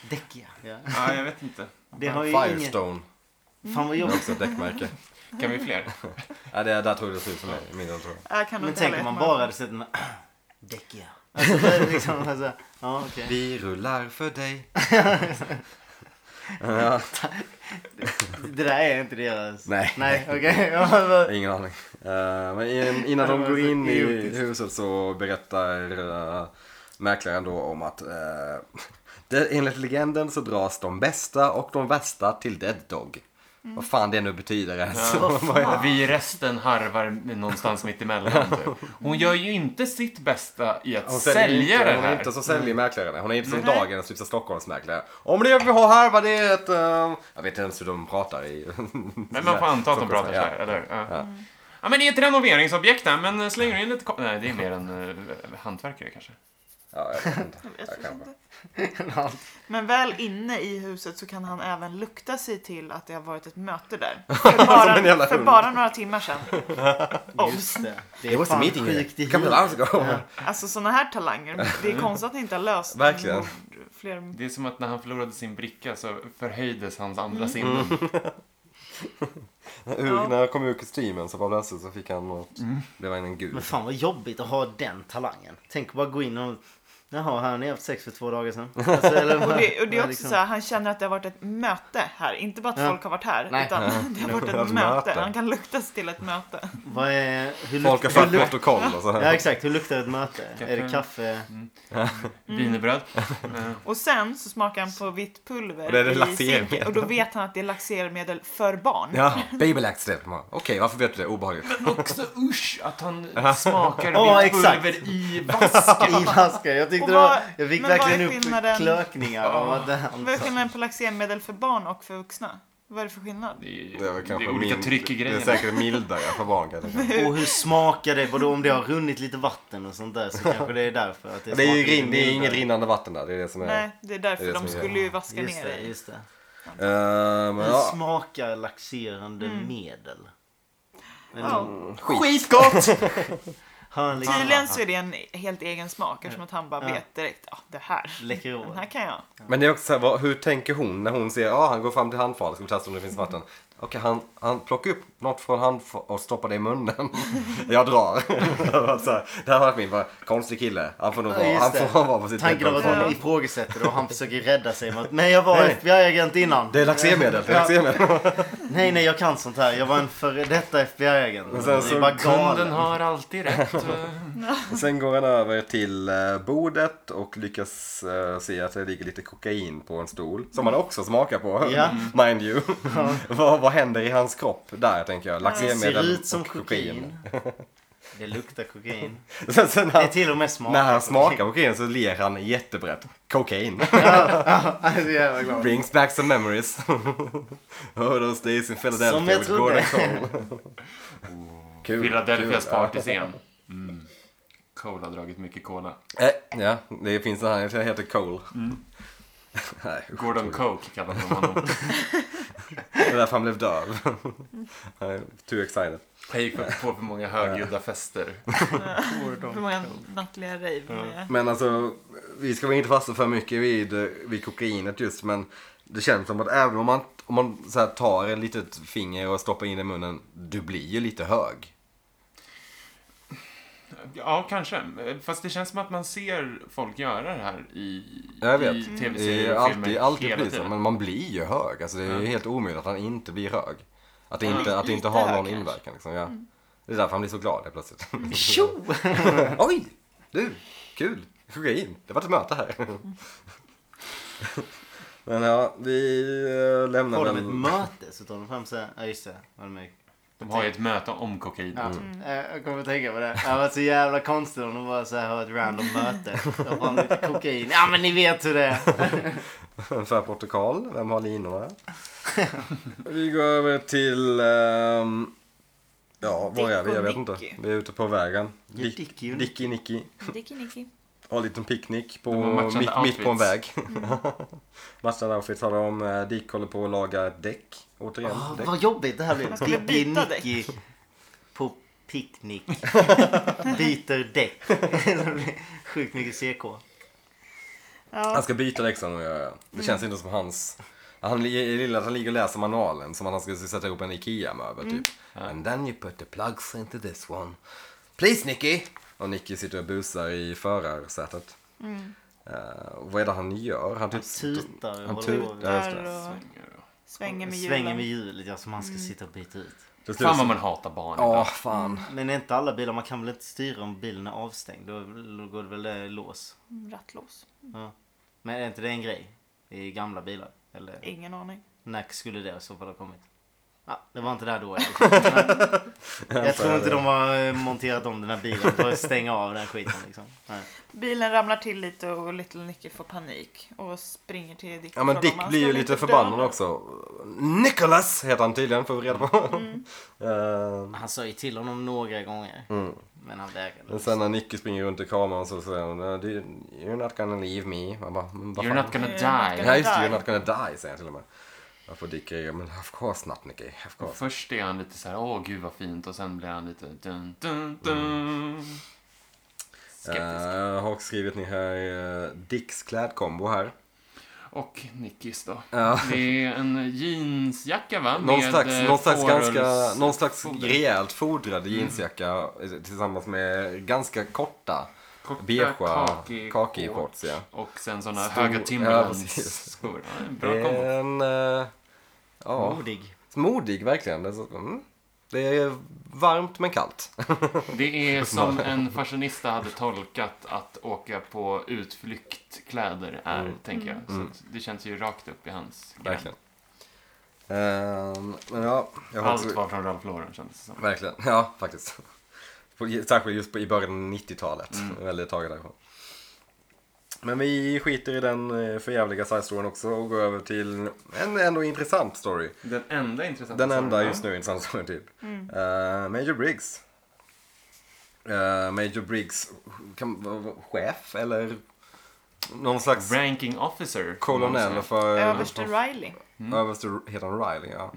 Däckiga. Ja.
Ja, jag vet inte.
Det har ju ingen...
Firestone,
Fan vad jobbigt.
också ett däckmärke.
Kan vi
(laughs)
fler?
Ja, det där tror jag det ser ut som mig, mindre tror jag.
Jag kan nog
Men
inte
tänk
heller
om man
jättemånga.
bara hade sett den här... (clears throat) Däckiga. Alltså, det är liksom, alltså, ja, okej.
Vi rullar för (laughs) dig.
Det där är inte deras.
Nej.
Nej, okej. Ja,
(laughs)
vad-
Ingen aning. Eh, men in- innan de går in i huset så berättar eh, mäklaren då om att eh, det, enligt legenden så dras de bästa och de värsta till Dead Dog. Vad fan det nu betyder ens.
Vi resten harvar någonstans mitt emellan. typ. Hon gör ju inte sitt bästa i att
Hon säljer
sälja
inte,
det
hon är inte
här.
så säljmäklare. Hon är inte som dagens typ, så Stockholmsmäklare. Om det vi har här var det är ett... eh, jag vet inte ens hur de pratar i...
Men man får anta att de pratar så här, eller ja. Ja, men det är ett renoveringsobjekt här, men eh, slänger du in lite ko- Nej, det är mer en uh, hantverkare kanske.
Ja, jag vet inte.
Jag
Jag
tror
kan bara-
inte. Men väl inne i huset så kan han även lukta sig till att det har varit ett möte där.
(laughs)
För
Som en jävla
bara, för
hund.
bara några timmar sedan. Obs!
Just det. Det
It was a
fan
meeting here.
sjukt i
Come
huvudet.
on, let's go.
Alltså sådana här talanger. Det är konstigt att ni inte har löst
Verkligen.
mord- fler.
Det är
Mm.
som att när han förlorade sin bricka så förhöjdes hans andra sinnen.
Ur, när jag kom ur kostymen så bara plötsligt så fick han något, blev han en gud.
Men fan vad jobbigt att ha den talangen. Tänk bara gå in och... Jaha, här har ni haft sex för två dagar sedan. Alltså, eller,
(laughs) Och det, och det är
eller
också så här, han känner att det har varit ett möte här. Inte bara att
liksom. Ja.
folk har varit här,
Nej.
utan (laughs) det har varit ett
Ett
möte.
(laughs) möte.
Han kan luktas till ett möte.
Vad är... Hur
Folk har
luktar-
fört
hur luktar-
protokoll och så
Ja,
här.
exakt. Hur luktar ett möte?
Kaffe.
Är det kaffe?
Mm. (laughs)
Wienerbröd. Eh,
Och sen så smakar han på vitt pulver
Och det är det
i
laxermedel.
cirkel. Och då vet han att det är laxermedel för barn.
Ja, baby lax det. Okej, varför vet du det? Obehagligt.
Men också usch att han smakar
Ja,
vitt
exakt.
pulver i vasken.
I vaska. Jag tyckte
Och
det var...
vad-
Jag fick
men vad är
verkligen upp
skillnaden?
klökningar av att det han
(laughs) Vad är
sa.
skillnaden på laxermedel för barn och för vuxna? Vad är det för skillnad?
Det är,
Det är, väl kanske
olika
min-
tryck i
Det är
grejerna.
säkert mildare för barn kan jag tänka mig.
Och hur smakar det? Vadå om det har runnit lite vatten och sånt där så kanske det är därför att det
(laughs) Det är ju
smakar lite
rin, det är inget
mildare.
rinnande vatten där. Det är det som är...
Nej, det är därför
Det är det
de
som är-
skulle ju vaska
Just
ner
det,
det.
just det.
Eh, men
Hur
ja.
smakar laxerande
Mm.
medel?
Ja.
Mm.
Skitgott!
Har han liksom...
Tydligen så är det en helt egen smak eftersom att han bara vet direkt. Ah, det här.
Läcker
Den här kan jag.
Men det är också så här, vad, hur tänker hon när hon ser, ja ah, han går fram till handfatet, ska testa om det finns vatten. Okej, han, han plockar upp något från handfatet och stoppar det i munnen. (laughs) Jag drar. (laughs) Det var så här, det här har varit min, bara, konstig kille. Han får nog
Ja,
vara,
just
han
det.
får vara på sitt
Tanken av att
hemkomstfarligt.
han ifrågasätter det och han försöker rädda sig med att nej jag var FBI-agent innan.
Det är laxermedel, det är
Ja.
laxermedel.
Nej nej jag kan sånt här. Jag var en före detta FBI-agent.
Och
Det
sen
är
så
bara
Kunden
galen.
har alltid rätt.
Sen går han över till eh, bordet och lyckas eh, se att det ligger lite kokain på en stol. Som han också smakar på,
Ja.
(laughs) mind you. (laughs) vad, vad händer i hans kropp där tänker jag?
Det ser
Laxermedel
ut som
och kokain.
kokain. Det luktar (laughs) kokain.
(laughs) Sen, sen
Det
han,
är till och med smak. (laughs)
När han smakar på kokain så ler han jättebrett. Cocaine.
Jag är så jävla glad.
Brings back some memories. (laughs) oh, those days in Philadelphia
Som jag
with
trodde.
Gordon
(laughs)
Cole. Kul,
(laughs) Philadelphias
kul.
partyscen. Mm. Cole har dragit mycket cola.
Ja. Eh, Ja, det finns en annan som heter Cole. (laughs) Nej, usch,
Mm. Gordon
tråkigt.
Coke kallar man
(laughs)
honom.
Det är därför han blev döv. Han är Too excited.
Jag gick på för många högljudda fester.
Hur många nattliga rave med.
Men alltså, vi ska väl inte fastna för mycket vid, eh, vid kokainet just, men det känns som att även om man, om man så här tar ett litet finger och stoppar in i munnen, du blir ju lite hög.
Ja, kanske. Fast det känns som att man ser folk göra det här i,
Jag vet. Mm.
i
Det är
tv-serier och
alltid,
filmer
alltid
hela
blir så,
tiden.
men man blir ju hög. Alltså det är ju
Ja.
helt omöjligt att han inte blir hög. Att det
Ja.
inte, att det inte
Lite
har
hög
någon
kanske.
inverkan liksom. Ja. Det är därför han blir så glad helt plötsligt.
Tjo!
(laughs) Oj! Du, kul! Kokain, det var ett möte här.
Mm.
(laughs) Men ja, vi eh, lämnar
Har de
väl...
ett möte så tar de fram så här. Ja just det. Var det mig?
De har ju ett möte om kokain.
Ja,
Mm.
eh, Jag kommer att tänka på det. Det var så jävla konstigt om de bara så här har ett random möte. Och fan lite kokain. Ja men ni vet hur det är.
(laughs) för protokoll. Vem har linorna? (laughs) vi går över till... ehm, ja, var är vi? Jag vet
Dick och
inte.
Nicky.
Vi är ute på vägen.
Ja,
Dick-
Dick är ju-
Dicky Nicky. (laughs)
Nicky Nicky.
Har en liten picknick på,
De har matchande
mitt, mitt på en väg.
outfits.
(laughs) matchande outfits har de. Eh, Dick håller på att laga ett däck. Återigen,
Ah,
däck.
vad jobbigt det här blev.
Man skulle byta däck.
Nicky på picknick.
(laughs)
Byter däck. (laughs) Det blir Sjukt mycket CK.
Han
Ja.
ska byta däck som han gör. ja. Det känns inte som hans... Han gillar att han ligger och läser manualen som att han skulle sätta ihop en IKEA-möbel typ. And then you put the plugs into this one. Please Nicky! Och Nicky sitter och busar i förarsätet. Eh, och vad är det han gör? Han typ...
Tutar och
Han
håller på.
tutar. Ja, just det.
Där och svänger med
Svänger med
hjulen.
hjulet, ja som han ska sitta och byta ut.
Till slut
Fan
så-
vad man hatar barn
Ja,
idag.
fan.
Men är inte alla bilar, man kan väl inte styra om bilen är avstängd? Då då går det väl eh, lås?
Mm, Rattlås.
Ja. Men är inte det en grej? I gamla bilar? Eller
Ingen aning.
när skulle det i så fall ha kommit? Ja, det var inte där då. i alla fall.
(laughs)
Men Jag tror inte de har eh, monterat om den här bilen för att stänga av den här skiten liksom. Nej.
Bilen ramlar till lite och Little Nicky får panik och springer till Dick.
Ja
och
men
frågar om
Dick
han
blir ju
ska
lite
dö
förbannad
nu.
också. Nicholas heter han tydligen får vi reda på. (laughs) Eh,
Han sa ju till honom några gånger. Men han vägrade.
Mm. Men sen när Nicky springer runt i kameran så säger hon "Eh, du- You're not gonna leave me. Man bara, "Men vad
You're
fan?"
not gonna
You're not
die.
gonna-
Ja just det,
die.
you're not gonna die säger jag till och med. Jag får Dick reagera, men of course not Nicky, of course.
Först är han lite så här, åh gud vad fint. Och sen blir han lite dun, dun,
Mm.
dun. Skeptisk.
Eh, Jag har också skrivit ner här eh, Dicks klädkombo här.
Och Nickis då.
Ja.
Det är en jeansjacka va?
Någon slags,
eh, Mm.
någon slags,
fåröls-
ganska, någon slags
foder.
rejält fodrad jeansjacka eh, tillsammans med ganska korta,
Korta,
beigea,
kaki-
kaki
shorts.
shorts. Ja.
Och sen sådana
Stor-
höga
ja, precis.
Timberlands-skor. Ja, en bra
Det
kombo.
är en... eh, ja,
Modig.
modig verkligen. Det är, så, mm. det är varmt men kallt.
Det
(laughs)
är som en fashionista hade tolkat att åka på utflyktkläder är, tänker jag. Så att det känns ju rakt upp i hans gräns.
Mm. Verkligen. Ehm, men ja, jag har
Allt
också-
var från Ralph Lauren kändes det som.
Verkligen, ja faktiskt. På, särskilt just på, i början av 90-talet. Väldigt taget därifrån. Men vi skiter i den eh, förjävliga side-storyn också och går över till en ändå intressant story.
Den enda intressanta
Den enda
storyn,
just nu intressant storyn typ. Eh, Major Briggs. Eh, Major Briggs kan, v- v- chef eller någon slags
ja. Ranking officer.
kolonell för...
Överste Riley.
Mm.
Överste heter han Riley, ja.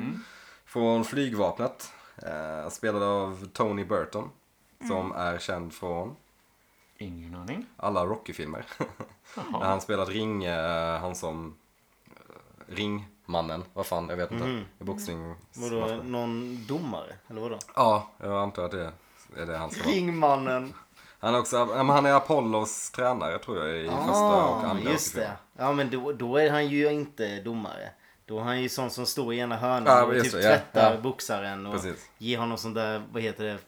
Från flygvapnet. Eh, spelad av Tony Burton.
Mm.
Som är känd från
Ingen aning.
alla Rocky-filmer. (laughs) Där han spelat ring, eh, han som... Eh, ringmannen, vad fan, jag vet inte.
Mm.
I boxning...
Vadå, någon domare? Eller vadå?
Ja, jag antar att det är det han ska vara.
Ringmannen!
Han är också, ja, men han är Apollos tränare tror jag i första och
Ah,
andra
just
Rocky-filmen.
det. Ja, men då, då är han ju inte domare. Då är han ju sån som står i ena
Ja,
hörnan och
just
typ
det, ja,
tvättar
ja.
boxaren och
Precis.
ger honom sån där, vad heter det,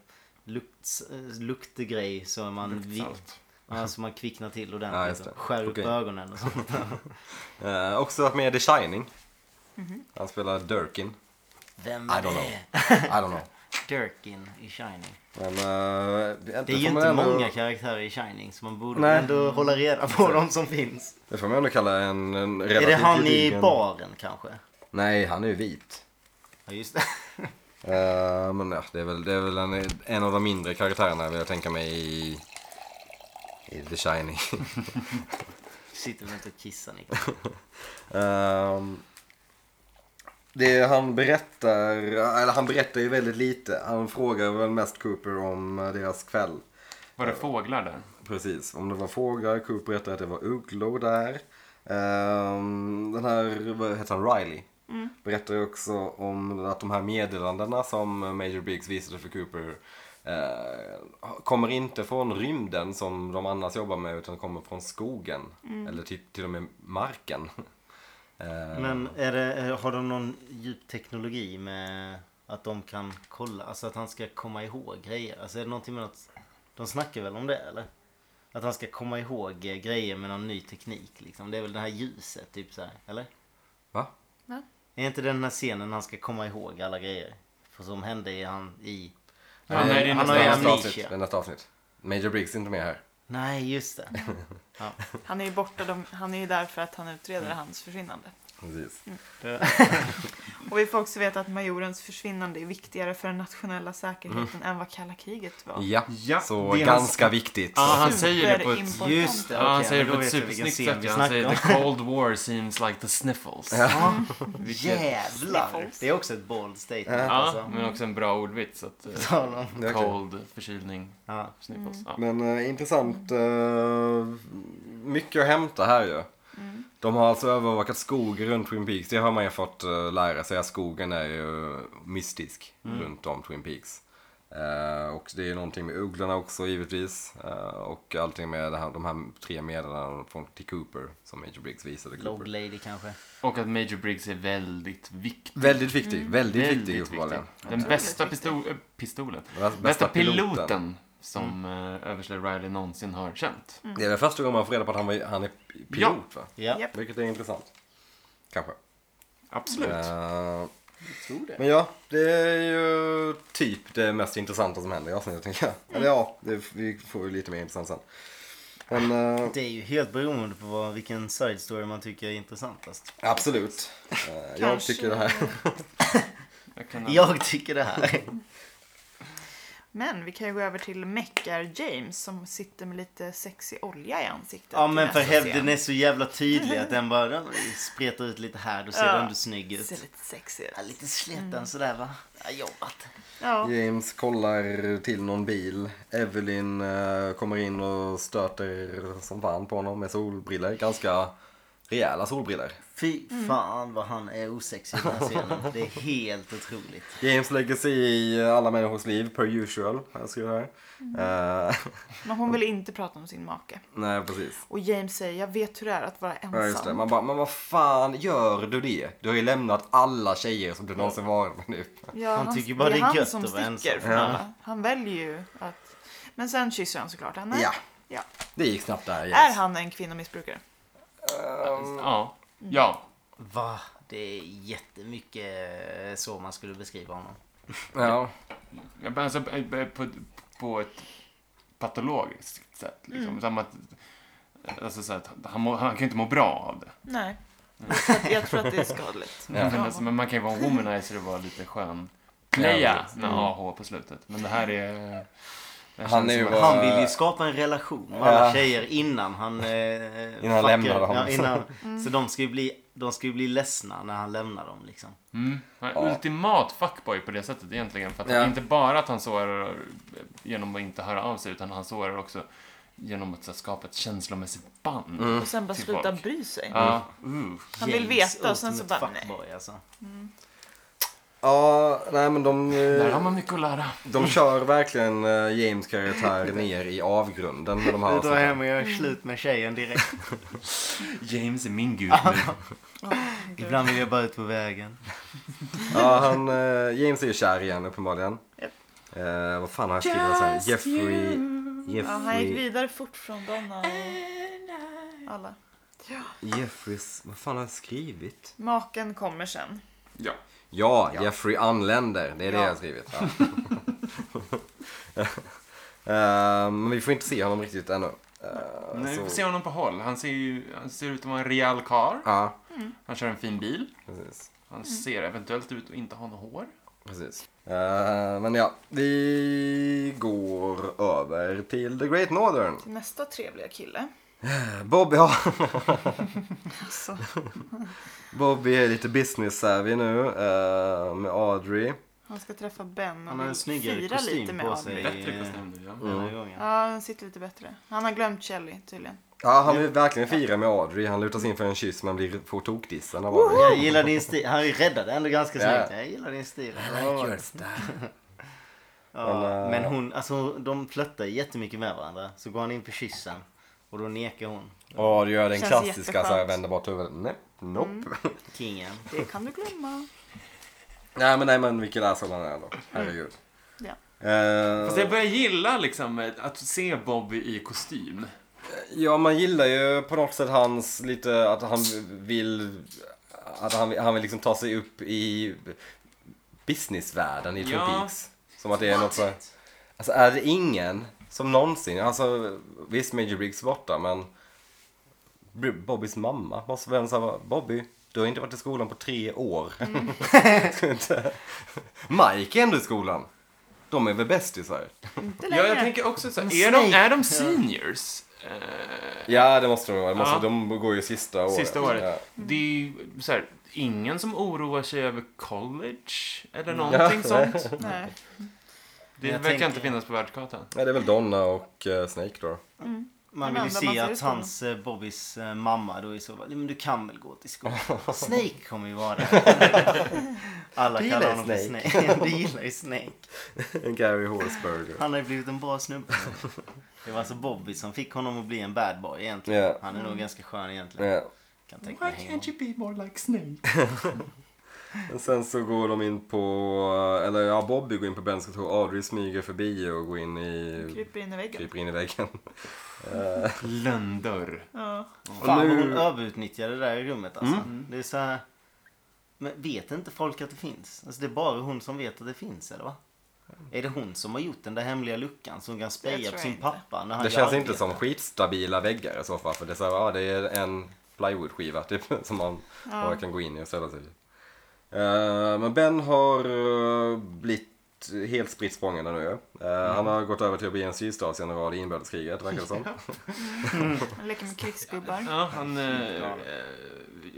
lukts, eh, luktgrej så är man, vi,
Salt.
(laughs)
ja, så man kvicknar till
Ja,
ordentligt
just det.
och skär upp
Okej.
ögonen
(laughs)
och sånt där.
Eh, också varit med i The Shining.
Mhm.
Han spelar
(laughs)
Durkin.
Vem
I don't
är det?
know. I don't know.
Durkin i Shining.
Men, eh,
Det är ju
får man
inte
ändå-
många karaktärer i Shining så man borde
Nej.
ändå hålla reda på de som finns.
Det får man ändå kalla en, en
Är
relativt
det han i
gedigen-
baren kanske?
Nej, han är ju vit.
Ja just det. (laughs)
Eh, men ja, det är väl, det är väl en, en av de mindre karaktärerna vill jag tänka mig i, i The Shining. (laughs)
Sitter väl inte och kissar Nick.
Ehm, det han berättar, eller han berättar ju väldigt lite. Han frågar väl mest Cooper om eh, deras kväll.
Var det fåglar där?
Precis, om det var fåglar. Cooper berättade att det var ugglor där. Ehm, den här, vad heter han, Riley? Berättar ju också om att de här meddelandena som Major Briggs visade för Cooper eh, kommer inte från rymden som de annars jobbar med utan kommer från skogen. Eller typ till och med marken. (laughs) Eh,
Men är det, är- har de någon djup teknologi med att de kan kolla, alltså att han ska komma ihåg grejer? Alltså är det någonting med att de snackar väl om det eller? Att han ska komma ihåg eh, grejer med någon ny teknik liksom. Det är väl det här ljuset typ så här, eller?
Va?
Är inte det den här scenen han ska komma ihåg alla grejer? För som hände i han i...
Ja, nej, det är
han
nästa
har ju
nästa
amnesia.
avsnitt. Det Eh, är nästa avsnitt. Major Briggs är inte med här.
Nej just det.
Han är ju borta, de, han är ju där för att han utreder
Mm.
hans försvinnande.
Precis.
Och vi får också veta att majorens försvinnande är viktigare för den nationella
Mm.
säkerheten än vad kalla kriget var.
Ja,
Ja,
så
det är
ganska
hans-
viktigt.
Ja, han säger det på ett...
Superimportant.
Just det.
Ja, han
Okej,
säger
men
det på
då
ett
vet jag vilken
supersnyggt
scen
sätt.
vi
ja. Han säger
snackar
the cold war seems like the sniffles. Ja,
Jävlar! Det är också ett bold statement alltså.
men också en bra ordvits. Att, eh,
Tal om-
Det är okej.
cold, förkylning,
Ja.
sniffles.
Mm.
Ja.
Men eh, intressant. eh, mycket att hämta här ju. De har alltså övervakat skog runt Twin Peaks. Det har man ju fått eh, lära sig. att Skogen är ju mystisk runt om Twin Peaks. Eh, och det är någonting med ugglorna också givetvis. Eh, och allting med det här, de här tre meddelandena från till Cooper som Major Briggs visade.
Log
Cooper.
Lady kanske.
Och att Major Briggs är väldigt viktig.
Väldigt viktig, väldigt,
Väldigt
viktig uppenbarligen.
Den bästa pistol, äh, pistolen.
Bästa
Bästa,
piloten.
piloten, som mm. överste Riley någonsin har känt.
Det är väl första gången man får reda på att han, var, han är pilot va?
Ja,
Japp.
Vilket är intressant. Kanske.
Absolut.
Eh,
jag tror det.
Men ja, det är ju typ det mest intressanta som händer i avsnittet tänker jag.
Mm.
Eller ja, det, vi får ju lite mer intressant sen. Men eh,
Det är ju helt beroende på vad, vilken side story man tycker är intressantast.
absolut. Eh, jag
Kanske-
tycker det här.
Jag kan
Jag tycker (laughs) det här.
Men vi kan ju gå över till Meckar James som sitter med lite sexy olja i ansiktet. Alltså,
Ja
i
men för
nästa
helvete
scen.
den är så jävla tydlig att den bara ja, men spretar ut lite här, då ser Mm.
Ja.
du ändå snygg ut.
Ser lite sexy ut.
Ja, lite sleten sådär va. Ja, jobbat.
(laughs)
Ja.
James kollar till någon bil. Evelyn eh, kommer in och stöter som fan på honom med solbriller. Ganska Rejäla solbriller.
Fy fan vad han är osexig i den här (laughs) scenen. Det är helt otroligt.
James lägger sig i alla människors liv, per usual. Här ska jag
Mm.
här. Eh, (laughs)
Men hon vill inte prata om sin make.
nej, precis.
Och James säger, jag vet hur det är att vara ensam.
Ja, just det. Man bara, men vad fan gör du det? Du har ju lämnat alla tjejer som du någonsin varit med nu.
Ja,
Han tycker bara det är
han
gött
som
att vara
sticker
ensam.
från
Ja.
alla. Han väljer ju att... Men sen kysser han såklart henne.
Ja,
Ja.
det gick snabbt där.
Är
James.
han en kvinnomissbrukare?
Ja. Ja.
Va? Det är jättemycket så man skulle beskriva honom.
Ja.
Ja, men Alltså, eh, på, på ett patologiskt sätt. Liksom. Som att, alltså, så att han, må, han kan ju inte må bra av det.
Nej. Jag tror att- Jag tror att det är skadligt.
Men, alltså, men man kan ju vara en womanizer och vara lite skön playa med AH på slutet. Men det här är... eh, det här
Mm. Han
känns
är ju
som-
bara-
Han vill ju skapa en relation med
Ja.
alla tjejer innan han... Eh,
Innan han lämnar dem. Mm.
Ja, innan, Så de ska, ju bli, de ska ju bli ledsna när han lämnar dem liksom.
Mm. Han är
Ja.
ultimat fuckboy på det sättet egentligen. För att
Ja.
Inte bara att han sårar genom att inte höra av sig, utan han sårar också genom att så, här, skapa ett känslomässigt band.
Mm.
Och sen bara
Till
sluta
folk.
bry sig.
Mm.
Mm.
Ja, uh.
Han vill
James
veta och sen så
ultimate
bara nej.
fuckboy, alltså.
Ja, nej men de...
Där
eh,
har man mycket att lära.
De kör verkligen eh, James karaktär ner i avgrunden med de här
Du drar hem
avsnitten.
och gör
Mm.
slut med
(laughs)
tjejen direkt.
James är min gud
(laughs)
nu.
Ibland vill jag bara ut på vägen.
Ja, han, eh, James är ju kär igen uppenbarligen.
Japp.
Eh, vad fan har han skrivit sen? Jeffrey...
Ja, han gick
Jeffrey...
vidare fort från Donna och alla.
Jeffreys... Vad fan har han skrivit?
Maken kommer sen.
Ja.
Ja, Jeffrey anländer. Det är det
Ja.
jag har skrivit. Ja. (laughs) Eh, men vi får inte se honom riktigt ännu. Eh,
Nej, vi
så-
får se honom på håll. Han ser, ju, han ser ut att vara en rejäl karl.
Ja,
Han kör en fin bil.
precis.
Han ser eventuellt ut att inte ha något hår.
Precis. Eh, men ja, vi går över till The Great Northern. Eh,
Till nästa trevliga kille.
Bobby, ja,
Alltså,
(laughs) Bobby är lite business savvy nu eh, med Audrey.
han ska träffa Ben
Han
och
har en
vill
snyggare
fira lite
kostym
med
på
honom.
sig.
Bättre kostym nu, ja.
Mm.
Den här gången.
Ja, den sitter lite bättre. Han har glömt Shelly tydligen.
Ja, han vill verkligen fira med Audrey. Han lutar sig in för en kyss men blir får tokdissen av Audrey.
Jag gillar din stil. Han räddade ändå ganska
Ja.
snyggt. Jag gillar din stil.
Men,
Ja,
eh,
men hon, alltså de flörtar jättemycket med varandra. Så går han in på kyssen och då nekar hon.
Och du gör den
Känns
klassiska så här,
jätteskönt.
vänder bort huvudet. Nej, nope.
Kingen.
Det kan du glömma.
nej men nej men vilken asshole han är då. Herregud.
Ja.
Eh,
Fast jag börjar gilla liksom eh, att se Bobby i kostym.
Ja, man gillar ju på något sätt hans lite att han vill att han, han vill liksom ta sig upp i businessvärlden i Twin
Ja.
Peaks. Som att det är något så, Alltså är det ingen som någonsin, alltså visst Major Briggs är borta men B- Bobbys mamma måste väl säga Bobby, du har inte varit i skolan på tre år.
Mm.
Ska du inte- (laughs) Mike är ändå i skolan. De är väl bästisar?
Inte
Ja,
längre.
jag tänker också så här,
Men
är de,
Snake-
är de seniors? Eh,
Ja, det måste de vara. Det måste-
Ja.
De går ju sista året.
sista året.
Ja.
Det är ju så här, ingen som oroar sig över college eller någonting sånt.
Nej.
Det
Jag
verkar
tänker-
inte finnas på världskartan.
Nej, det är väl Donna och eh, Snake (laughs) då.
Man
Men
vill ju se
andra man ser i
att
skolan.
hans, eh, Bobbys eh, mamma då i så fall, "Nej, men du kan väl gå
(laughs)
till skolan. Snake kommer ju vara där. Alla
Du
kallar
gillar
honom för Snake. (laughs) Du gillar ju Snake.
Gary Horsberger.
Han har ju blivit en bra snubbe. Det var alltså Bobby som fick honom att bli en bad boy egentligen.
Ja.
Han är nog ganska skön egentligen.
Ja.
Kan tänka mig hänga honom.
be more like Snake?
Men Sen så går de in på, eller ja, Bobby går in på Bens kontor. Audrey smyger förbi och går in i,
Kryper in i väggen.
kryper in i väggen.
Löndörr.
Ja.
Fan vad hon
nu-
överutnyttjade det där i rummet alltså. Det är så här... Men vet inte folk att det finns? Alltså det är bara hon som vet att det finns eller va? Är det hon som har gjort den där hemliga luckan som kan
tror
speja på
jag
sin
inte.
pappa när han
Det
gör
känns inte
arbete?
som skitstabila väggar i så fall. För det är så här, ja, det är en plywoodskiva typ (laughs) som man bara kan gå in i och ställa sig vid. Eh, men Ben har eh, blivit helt spritt språngande nu ju. Eh, Han har gått över till att bli en sydstatsgeneral i inbördeskriget verkar det som.
Han leker med krigsgubbar.
Ja, han... eh, eh,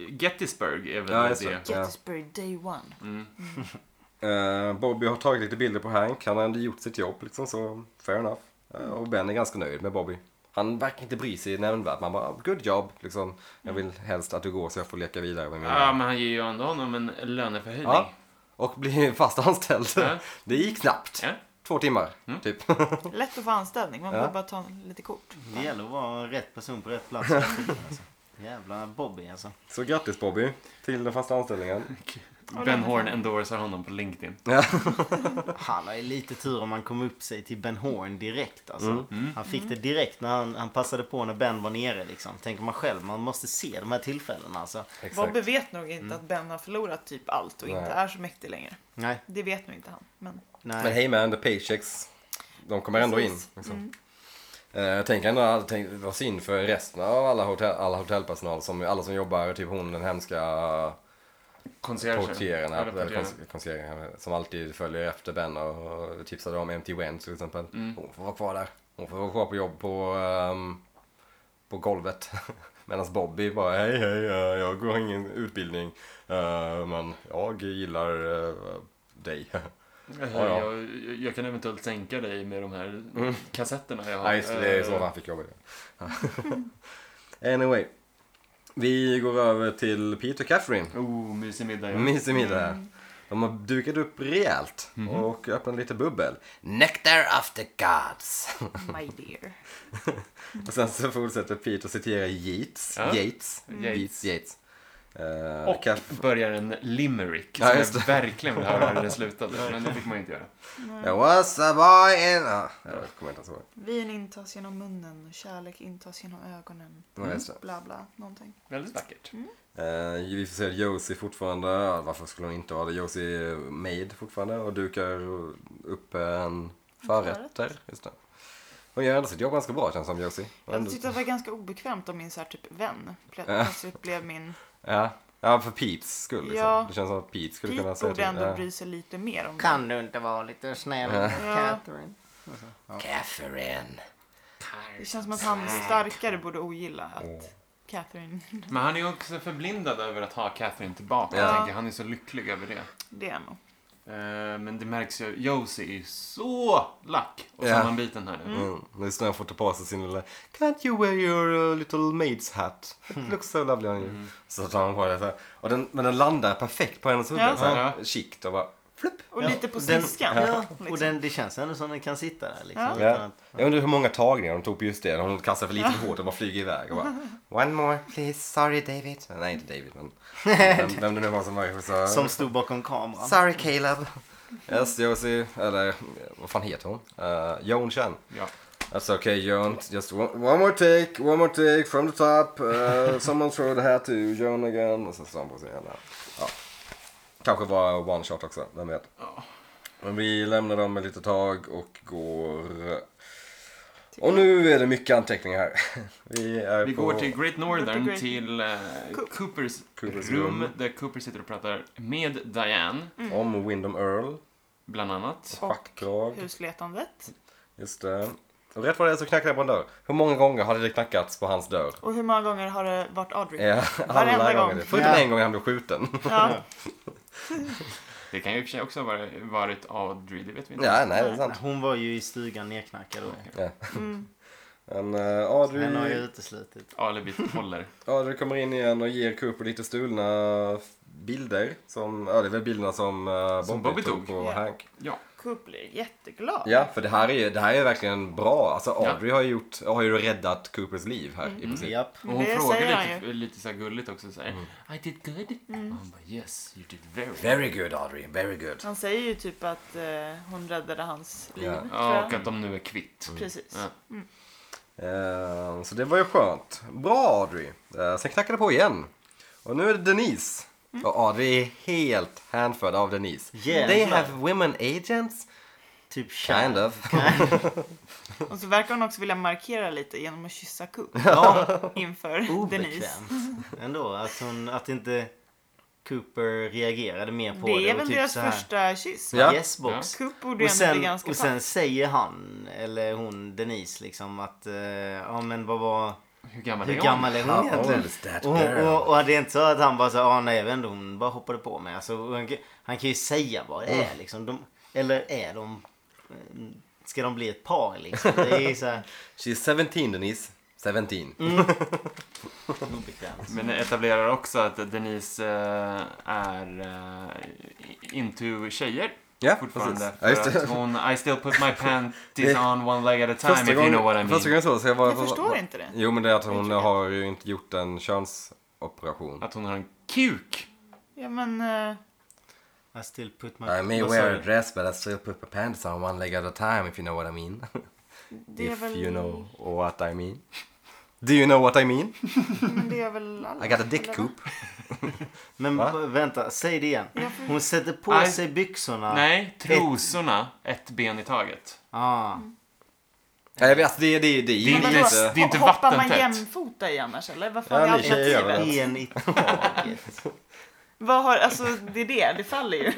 Gettysburg är väl
Ja, just
det.
Ja.
Gettysburg day one.
Eh, Bobby har tagit lite bilder på Hank. Han har ändå gjort sitt jobb liksom så fair enough. Eh, och Ben är ganska nöjd med Bobby. Han verkar inte bry sig nämnvärt. Man bara, good job, liksom. Jag vill helst att du går så jag får leka vidare med min
Mm. Ja, men han ger ju ändå honom en löneförhöjning.
Ja. Och bli (laughs) fast anställd.
Ja.
(laughs) Det gick snabbt.
Ja. Mm.
Två timmar, typ. (laughs)
Lätt att få anställning, man behöver bara ta lite kort.
Det gäller att vara rätt person på rätt plats. alltså. Jävla Bobby alltså.
Så grattis Bobby till den fasta anställningen.
Ben Horn endorsar honom på LinkedIn.
Ja.
Han har ju lite tur om han kom upp sig till Ben Horn direkt alltså.
Mm.
Han fick det direkt när han, han passade på när Ben var nere liksom. Tänker man själv, man måste se de här tillfällena alltså.
Exakt. Mm.
Bobby vet nog inte att Ben har förlorat typ allt och
Nej.
inte är så mäktig längre.
Nej,
Det vet nog inte han.
(laughs)
Men
nej.
Men hey man, the paychecks. De kommer ändå in.
Precis.
Liksom. Eh, Jag tänker ändå att det var synd för resten av alla, hotell, alla hotellpersonal. Som, alla som jobbar, typ hon den hemska portieren,
Eller
eller
portieren.
kons- konsieren, som alltid följer efter Ben och och tipsade om MT Wen till exempel. Hon får vara kvar där. Hon får vara kvar på jobb på, ehm, på golvet. (laughs) Medan Bobby bara hej hej, eh, jag går ingen utbildning. eh, men jag gillar eh, dig. (laughs) Ja, ja.
Jag, jag- jag kan eventuellt sänka dig med de här
Mm.
kassetterna jag har.
Ja, just det, det är så
Eh,
han fick jobbet. (laughs) anyway. Vi går över till Peter och Catherine.
Oh, mysig middag. Ja.
Mysig middag. De har dukat upp rejält
Mhm.
och öppnat lite bubbel. Nectar of the
(laughs)
gods.
my dear.
och sen så fortsätter Peter citera Yeats.
Ja.
Yates.
Yeats.
Yeats. Yeats. Eh,
Och
Kath-
börjar en limerick
Ja,
som
just
jag verkligen vill höra hur den slutade. Men det fick man ju inte göra.
There was a boy in... Ah, jag kommer inte ens ihåg.
Vin intas genom munnen, kärlek intas genom ögonen. mm,
Det var just det.
Bla bla, någonting.
Väldigt vackert.
Eh, vi får se att Josie fortfarande, ja, varför skulle hon inte ha det? Josie är maid fortfarande och dukar upp en förrätter. Just det. Hon gör ändå sitt jobb ganska bra känns som Josie.
Jag tyckte det var ganska obekvämt om min så här typ vän plö- plötsligt blev min...
Ja, ja för Pete's skull liksom.
Ja.
Det känns som att Pete (laughs) skulle kunna
Pete
säga
borde
till.
ändå
Ja.
bry sig lite mer om
Kan du inte vara lite snäll Catherine?
Catherine.
det. Det känns som att han starkare borde ogilla att Catherine... (laughs)
Men han är ju också förblindad över att ha Catherine tillbaka.
Ja.
Jag tänker, han är så lycklig över det.
Det är nog.
Eh, Men det märks ju, Josie är ju så lack och
Ja.
sammanbiten här nu.
Mm. Nu när han får ta på sig sin lilla Can't you wear your uh, little maid's hat? It looks so lovely on you. Så tar han på det så här. Och den, men den landar perfekt på hennes huvud.
Ja.
Så här,
Ja.
Chikt och bara flupp.
Och
Ja,
lite på
den-
sniskan.
Ja,
liksom.
och den, det känns ändå som den kan sitta där liksom.
Ja.
utan
Ja.
att-
Jag undrar hur många tagningar de tog på just det. Hon kastar för lite hårt och bara flyger iväg. Och bara, One more please, sorry David. Nej inte David men vem, vem det nu var som var regissör.
Som stod bakom kameran.
Sorry Caleb. Yes Josie, eller vad fan heter hon? Uh, Joan Chen.
Ja.
That's okay Joan, just one, one more take, one more take from the top. Uh, someone throw the hat to Joan again. Och så står hon på sig igen där. Ja. Kanske var one shot också, vem vet. Men vi lämnar dem ett litet tag och går och nu är det mycket anteckningar här. (laughs) Vi, är
Vi
på...
går till Great Northern,
Går till
till eh, Coopers,
Coopers
rum,
rum.
där Cooper sitter och pratar med Diane,
Om Windom Earl,
bland annat.
schackdrag,
Husletandet.
just det. Och rätt vad det är så knackar det på en dörr. Hur många gånger hade det knackats på hans dörr?
Och hur många gånger har det varit Audrey?
Ja, (laughs) alla
Varenda gång.
gånger. Förutom
Ja.
en gång han blev skjuten.
Ja.
Det kan ju i och för sig också ha varit- varit Audrey, det vet vi
(laughs)
inte.
Ja, nej, det är sant.
Hon var ju i stugan nerknackad då.
Ja.
Mm.
Men uh, Audrey,
Henne har ju uteslutit.
Alibit håller.
Audrey kommer in igen och ger Cooper lite stulna bilder. Som, ja, det är väl bilderna som, uh,
Som
Bobby
Bobby
tog på
tog.
Ja.
Hank.
Ja.
Coop blir jätteglad.
Ja, för det här är, det här är verkligen bra. Alltså
Ja.
Audrey har ju, gjort, har ju räddat Coopers liv
Mm.
här i princip.
Japp.
Och hon
Det säger
frågar
han
lite, lite så här gulligt också så här, I did good?
Mm.
Och han bara yes, you did very well.
Very good Audrey, very good.
Han säger ju typ att eh, hon räddade hans liv.
Ja.
tror
Ja,
jag.
och att de nu är kvitt.
Precis.
Ja.
Eh, så det var ju skönt. Bra Audrey. Eh, sen knackade det på igen. Och nu är det Denise. Och Audrey är helt hänförd av Denise.
Mm. Jävlar.
They have women agents?
Typ kär.
Kind of.
Och så verkar hon också vilja markera lite genom att kyssa Coop
Ja,
inför Denise.
obekvämt. Ändå att, hon, att inte Cooper reagerade mer på det.
Det är
och
väl
typ
deras
så här,
första kyss? va?
Ja.
Yes box.
Coop borde ju
Och
ändå bli
sen,
ganska
och sen säger han, eller hon, Denise liksom att, eh, ja men vad var,
Hur gammal
hur
är
gammal är hon
How
egentligen?
old is that
Och, hon-
girl?
och, och det är inte så att han bara så, ja ah, nej jag vet inte, hon bara hoppade på
Mm.
mig. Alltså, och han, kan- han kan ju säga vad det är liksom. De, eller är de eh, Ska de bli ett par liksom? Det är ju så här
She's 17 Denise. 17.
Mm.
obekvämt.
Men etablerar också att Denise eh, är eh, into tjejer.
Ja,
fortfarande.
precis. Ja,
För
just det.
att hon, I still
(laughs)
put my panties
Det-
on one leg at a time if
Första
you
gången,
know what I mean.
första gången så, så jag var...
Jag förstår inte det.
Jo, men det är att hon har ju inte gjort en könsoperation.
Att hon har en kuk.
Ja men... eh,
I still put my...
I may
Vad sa
wear a
du?
dress but I still put my pants on one leg at a time if you know what I mean.
Det är
If
väl...
you know what I mean. Do you know what I mean?
Men det är väl alla,
I got a
eller
dick
vad?
coop.
Men
Va?
v- vänta, säg det igen. Hon sätter på
Nej.
sig byxorna.
Nej, trosorna, ett ben i taget.
Ah.
Ja, jag vet, alltså, det, det, det är
Det är
ju
Men
inte-
vadå,
lite...
det är inte
ho- Hoppar man
vattentätt.
jämfota i annars eller? Vad
Ja,
fan är
ni tjejer gör väl.
alternativet?
En i taget.
Vad har, alltså det är det, det faller ju.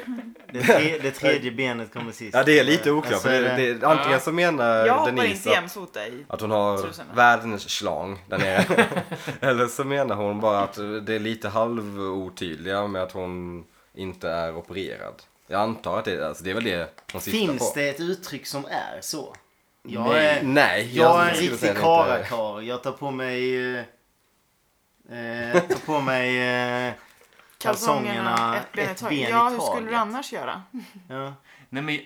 Det,
(laughs)
tre, det tredje benet kommer sist.
Ja, det är lite oklart.
Alltså,
för det, det, antingen så menar
Jag hoppar inte
Denise att,
jämfota i.
att hon har
Trosorna.
världens slang där nere. Eller så menar hon bara att det är lite halvotydliga med att hon inte är opererad. Jag antar att det, alltså, det är väl det hon syftar på.
Finns det ett uttryck som är så? Jag
Nej,
är,
nej,
jag är en
skulle säga
riktig
det inte.
karakar. Jag tar på mig... eh, Eh, tar på mig eh, kalsongerna ett ben i taget.
Ja, hur skulle du annars göra?
Ja.
Nej, men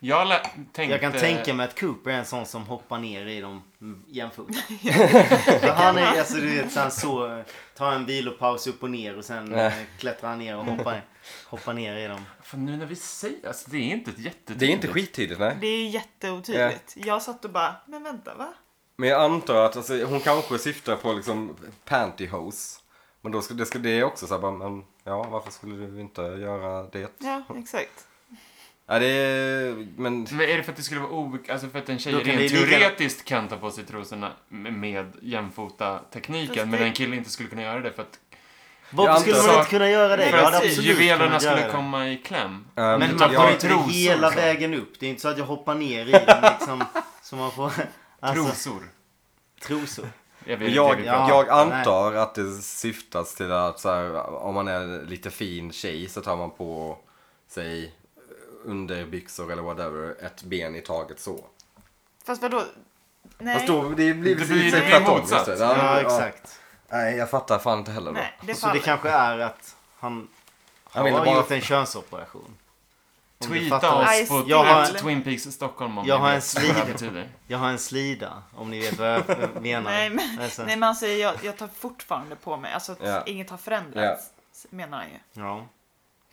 jag lä- tänkte...
Jag kan tänka mig att Cooper är en sån som hoppar ner i dem mm, jämfota. (laughs) För han är, alltså du vet, så han så, tar en vilopaus upp och ner och sen eh, klättrar han ner och hoppar, hoppar ner i dem.
Fan, nu när vi säger... Alltså, det är inte ett jättetydligt...
Det är inte skittydligt, nej.
Det är jätteotydligt. Jag satt och bara, men vänta va?
Men jag antar att alltså, hon kanske syftar på liksom pantyhose. Men då ska, det, ska, det är också så här, bara, men ja, varför skulle du inte göra det?
Ja, exakt.
Ja, det är, men
Men är det för att det skulle vara obek... Alltså för att en tjej
Då kan det
rent
lika-
teoretiskt kan ta på sig trosorna med- med jämfota
Fast
tekniken
det-
men en kille inte skulle kunna göra det för att,
Varför
antar-
skulle man inte kunna göra det?
för
Jag hade
att
absolut
juvelerna
kunnat göra
skulle
det.
komma i kläm.
Ja,
Men
men
man
Ehm, jag-
tar inte
trosor,
hela
så.
vägen upp. Det är inte så att jag hoppar ner i dem liksom. Så man får... (laughs) Alltså,
Trosor.
trosor.
Jag vet
Men
inte
jag,
riktigt.
ja.
jag antar att det syftas till att så här, om man är lite fin tjej så tar man på sig underbyxor eller whatever, ett ben i taget så.
Fast vadå? Nej,
Fast då, det blir
Det
precis
blir- det blir
tvärtom,
motsatt.
just det.
Ja,
ja.
exakt.
Nej, jag fattar fan inte heller då.
nej det
Så Alltså, det
faller.
kanske är att han
Jag ville
har
bara-
gjort en könsoperation. Om du
Tweeta
fattar.
oss på
Ice-
jag
Jag har-
Twin Peaks Stockholm om
Jag
ni
har
vet
en
vad det här
slide.
betyder.
Jag har en slida, om ni vet vad
(laughs)
jag menar.
Nej men,
Alltså,
nej, men han säger, jag, jag tar fortfarande på mig. Alltså att
Ja.
inget har förändrats. Menar han ju.
ja.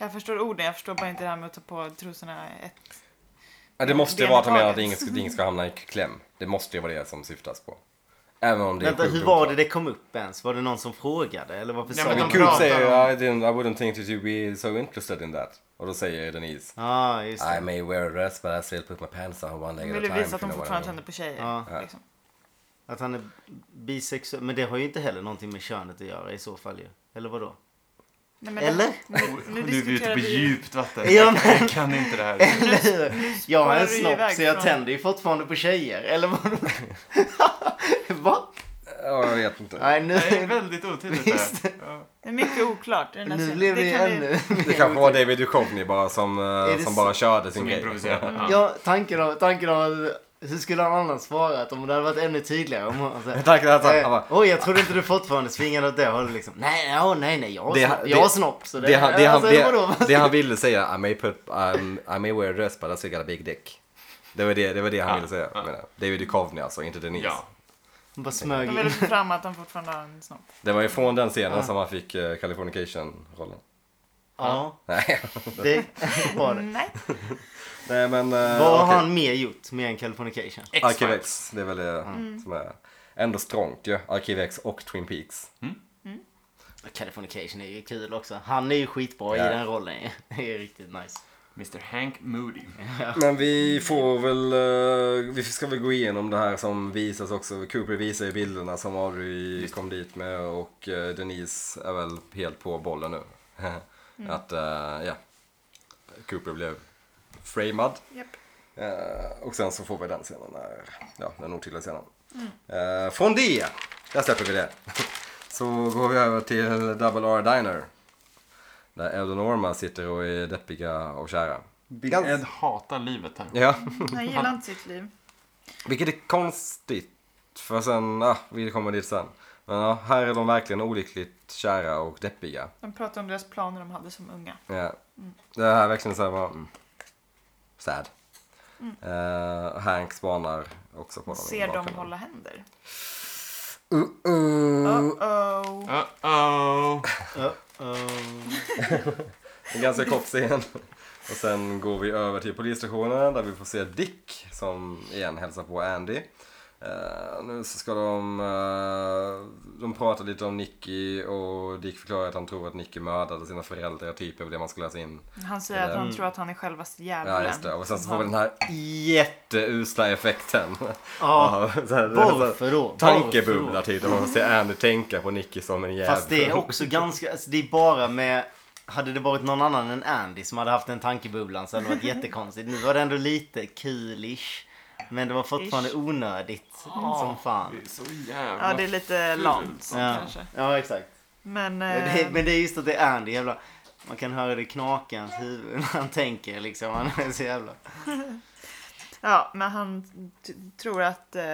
Jag förstår orden, jag förstår bara inte det här med att ta på trosorna. Ett...
Ja, det måste ju
Ben
vara att de
i
menar
taget.
att ingen ska, ingen ska hamna i kläm. Det måste ju vara det som syftas på. Även om det
Vänta,
är sjukt
hur var
oklart.
det det kom upp ens? Var det någon som frågade? Eller varför
Nej,
sa
men
de
de
Coop
pratar
säger
om-
I, didn't, I wouldn't think that you'd be so interested in that. Och då säger Denise
Ja, ah, just
I
det.
may wear a dress but I still put my pants on one leg
De
at a
vill ju
time.
visa
if
att de
you know what I
fortfarande
mean.
tänder på tjejer.
Ja.
Liksom.
Att han är bisexuell. Men det har ju inte heller någonting med könet att göra i så fall ju. Eller vadå?
Nej, men
Eller?
Nu, nu
Nu är vi ute
diskuterar
på
vi
djupt vatten.
Ja, men-
Jag kan inte det här.
Eller hur? Jag har
spårar
en
du
snopp
iväg
så jag
från-
tänder ju fortfarande på tjejer.
(laughs)
Eller vadå? (laughs) Va?
Ja, jag vet inte.
Nej, nu...
Det är väldigt otydligt det här. Ja.
Det är mycket oklart i den här
Nu
scenen.
blev
Det
vi
kan
ännu...
Det kanske var David Duchovny bara som, eh,
det
som
så-
bara körde sin
Som
grej.
improviserar.
Mm.
Ja.
Ja, tanken om... Tanken om hur skulle han annars svarat om det hade varit ännu tydligare? Om han, så här,
Tack, alltså, han
eh,
bara,
Oj, jag trodde inte du fortfarande svingade åt det hållet liksom. Nej, ja, nej, nej, jag har
Det-
snopp.
det-
Jag har snopp. Så det,
det han, det, han,
alltså, vadå?
det, det han ville säga, I may, put, um, I may wear a dress but I still got a big dick. Det var det, det, var det han
Ja,
ville säga.
ja.
menar jag. David Duchovny alltså, inte Denise.
Ja.
Han bara smög in.
De vill få fram att de fortfarande har en snopp.
Det var ju från den scenen som han fick eh, Californication-rollen. (laughs)
Ja,
Nej,
det (laughs) var det.
Nej,
Nej men... eh,
Vad har
okej.
han mer gjort med en Californication?
X-Files.
Arkivex, det är väl det
Mm.
som är ändå strångt ju. Arkivex och Twin Peaks.
Californication är ju kul också. Han är ju skitbra
Ja.
i den rollen (laughs) ju. Det är riktigt nice.
Mr Hank Moody.
Men vi får väl, eh, vi ska väl gå igenom det här som visas också. Cooper visar ju bilderna som Audrey kom dit med och eh, Denise är väl helt på bollen nu. (laughs) Att, eh, ja. Cooper blev framad.
Japp.
Eh, och sen så får vi den scenen när, ja, den otydliga scenen. Eh, från det, där släpper vi det. (laughs) Så går vi över till Double R Diner. Där Eldon Orma sitter och är deppiga och kära.
Big
Gans-
Ed hatar livet här.
Ja.
Han gillar inte sitt liv.
Vilket är konstigt. För sen, ah, vi kommer dit sen. Men ja, här är de verkligen olyckligt kära och deppiga.
De pratar om deras planer de hade som unga.
Ja. Det här är verkligen såhär, mm, sad. Eh, Hank spanar också på dem. i
Mm. Ser de
bakgrunden.
hålla händer?
Uh-oh.
Uh-oh.
Uh-oh.
Ehm,
En ganska kort scen. Och sen går vi över till polisstationen där vi får se Dick som igen hälsar på Andy. Eh, nu så ska de, eh, de pratar lite om Nicky och Dick förklarar att han tror att Nicky mördade sina föräldrar typ över det man skulle läsa in.
Han säger att han tror att han är självaste djävulen.
Mm. Ja just det. Och sen så får vi
han,
den här jätteusla effekten. (laughs)
Ja,
Av så här-
varför då?
Tankebubbla typ. Där man ser Andy tänka på Nicky som en jävel.
Fast det är också ganska, alltså det är bara med hade det varit någon annan än Andy som hade haft en tankebubblan så
(laughs)
hade det varit jättekonstigt. Nu var det ändå lite kulish. Men det var fortfarande
Ish.
onödigt som fan.
Det är så jävla...
Ja, det är lite lamt
Ja,
kanske.
ja exakt.
Men...
Ja, det,
Eh,
men det är just att det är Andy jävla... Man kan höra det knaka i hans huvud när han tänker liksom. Han är så jävla...
ja, men han t- tror att eh,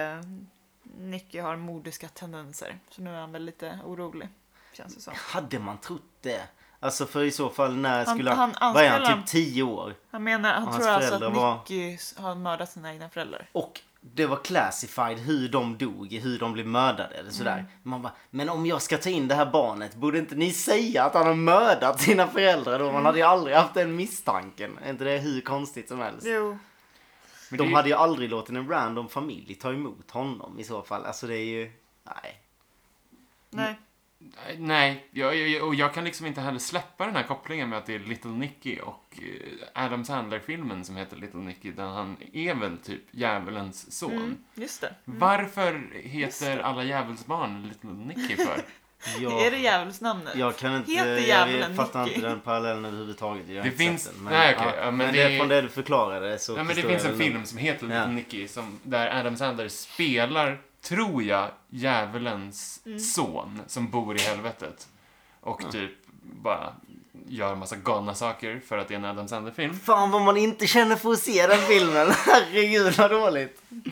Nicky har mordiska tendenser. Så nu är han väl lite orolig. Känns det som.
Hade man trott det? Alltså för i så fall när
Han-
skulle
han
han... Vad är
anspelar-
han? Typ 10 år?
Han menar, han
Hans
tror alltså att
föräldrar var-
Nicky s- har mördat sina egna föräldrar.
Och det var classified hur de dog, hur de blev mördade eller sådär.
Mm.
Man bara, men om jag ska ta in det här barnet, borde inte ni säga att han har mördat sina föräldrar då?
Mm.
Man hade ju aldrig haft den misstanken. Är inte det hur konstigt som helst?
Jo.
Men
De
det är-
hade ju aldrig låtit en random familj ta emot honom i så fall. Alltså det är ju, nej.
Nej.
Eh, Nej, jag, jag, och jag kan liksom inte heller släppa den här kopplingen med att det är Little Nicky och eh, Adam Sandler-filmen som heter Little Nicky, där han är väl typ djävulens son.
Mm, just det.
Varför heter alla djävulsbarn Little Nicky för?
Är det djävulsnamnet?
Jag kan inte,
Heter
jag
djävulen
fattar
Nicky?
inte den parallellen överhuvudtaget. Jag har
Det
inte
finns-
sett den,
nej, okej, ja, men
men
det
det,
är-
från det du förklarade så
Ja, men det
förstår
finns
jag
en
väl.
film som heter Little
Ja.
Nicky som, där Adam Sandler spelar, tror jag, djävulens son som bor i helvetet. Och typ bara gör en massa galna saker för att det är en Adam Sandler-film.
Fan vad man inte känner för att se den filmen. (laughs) Herregud vad dåligt.
Om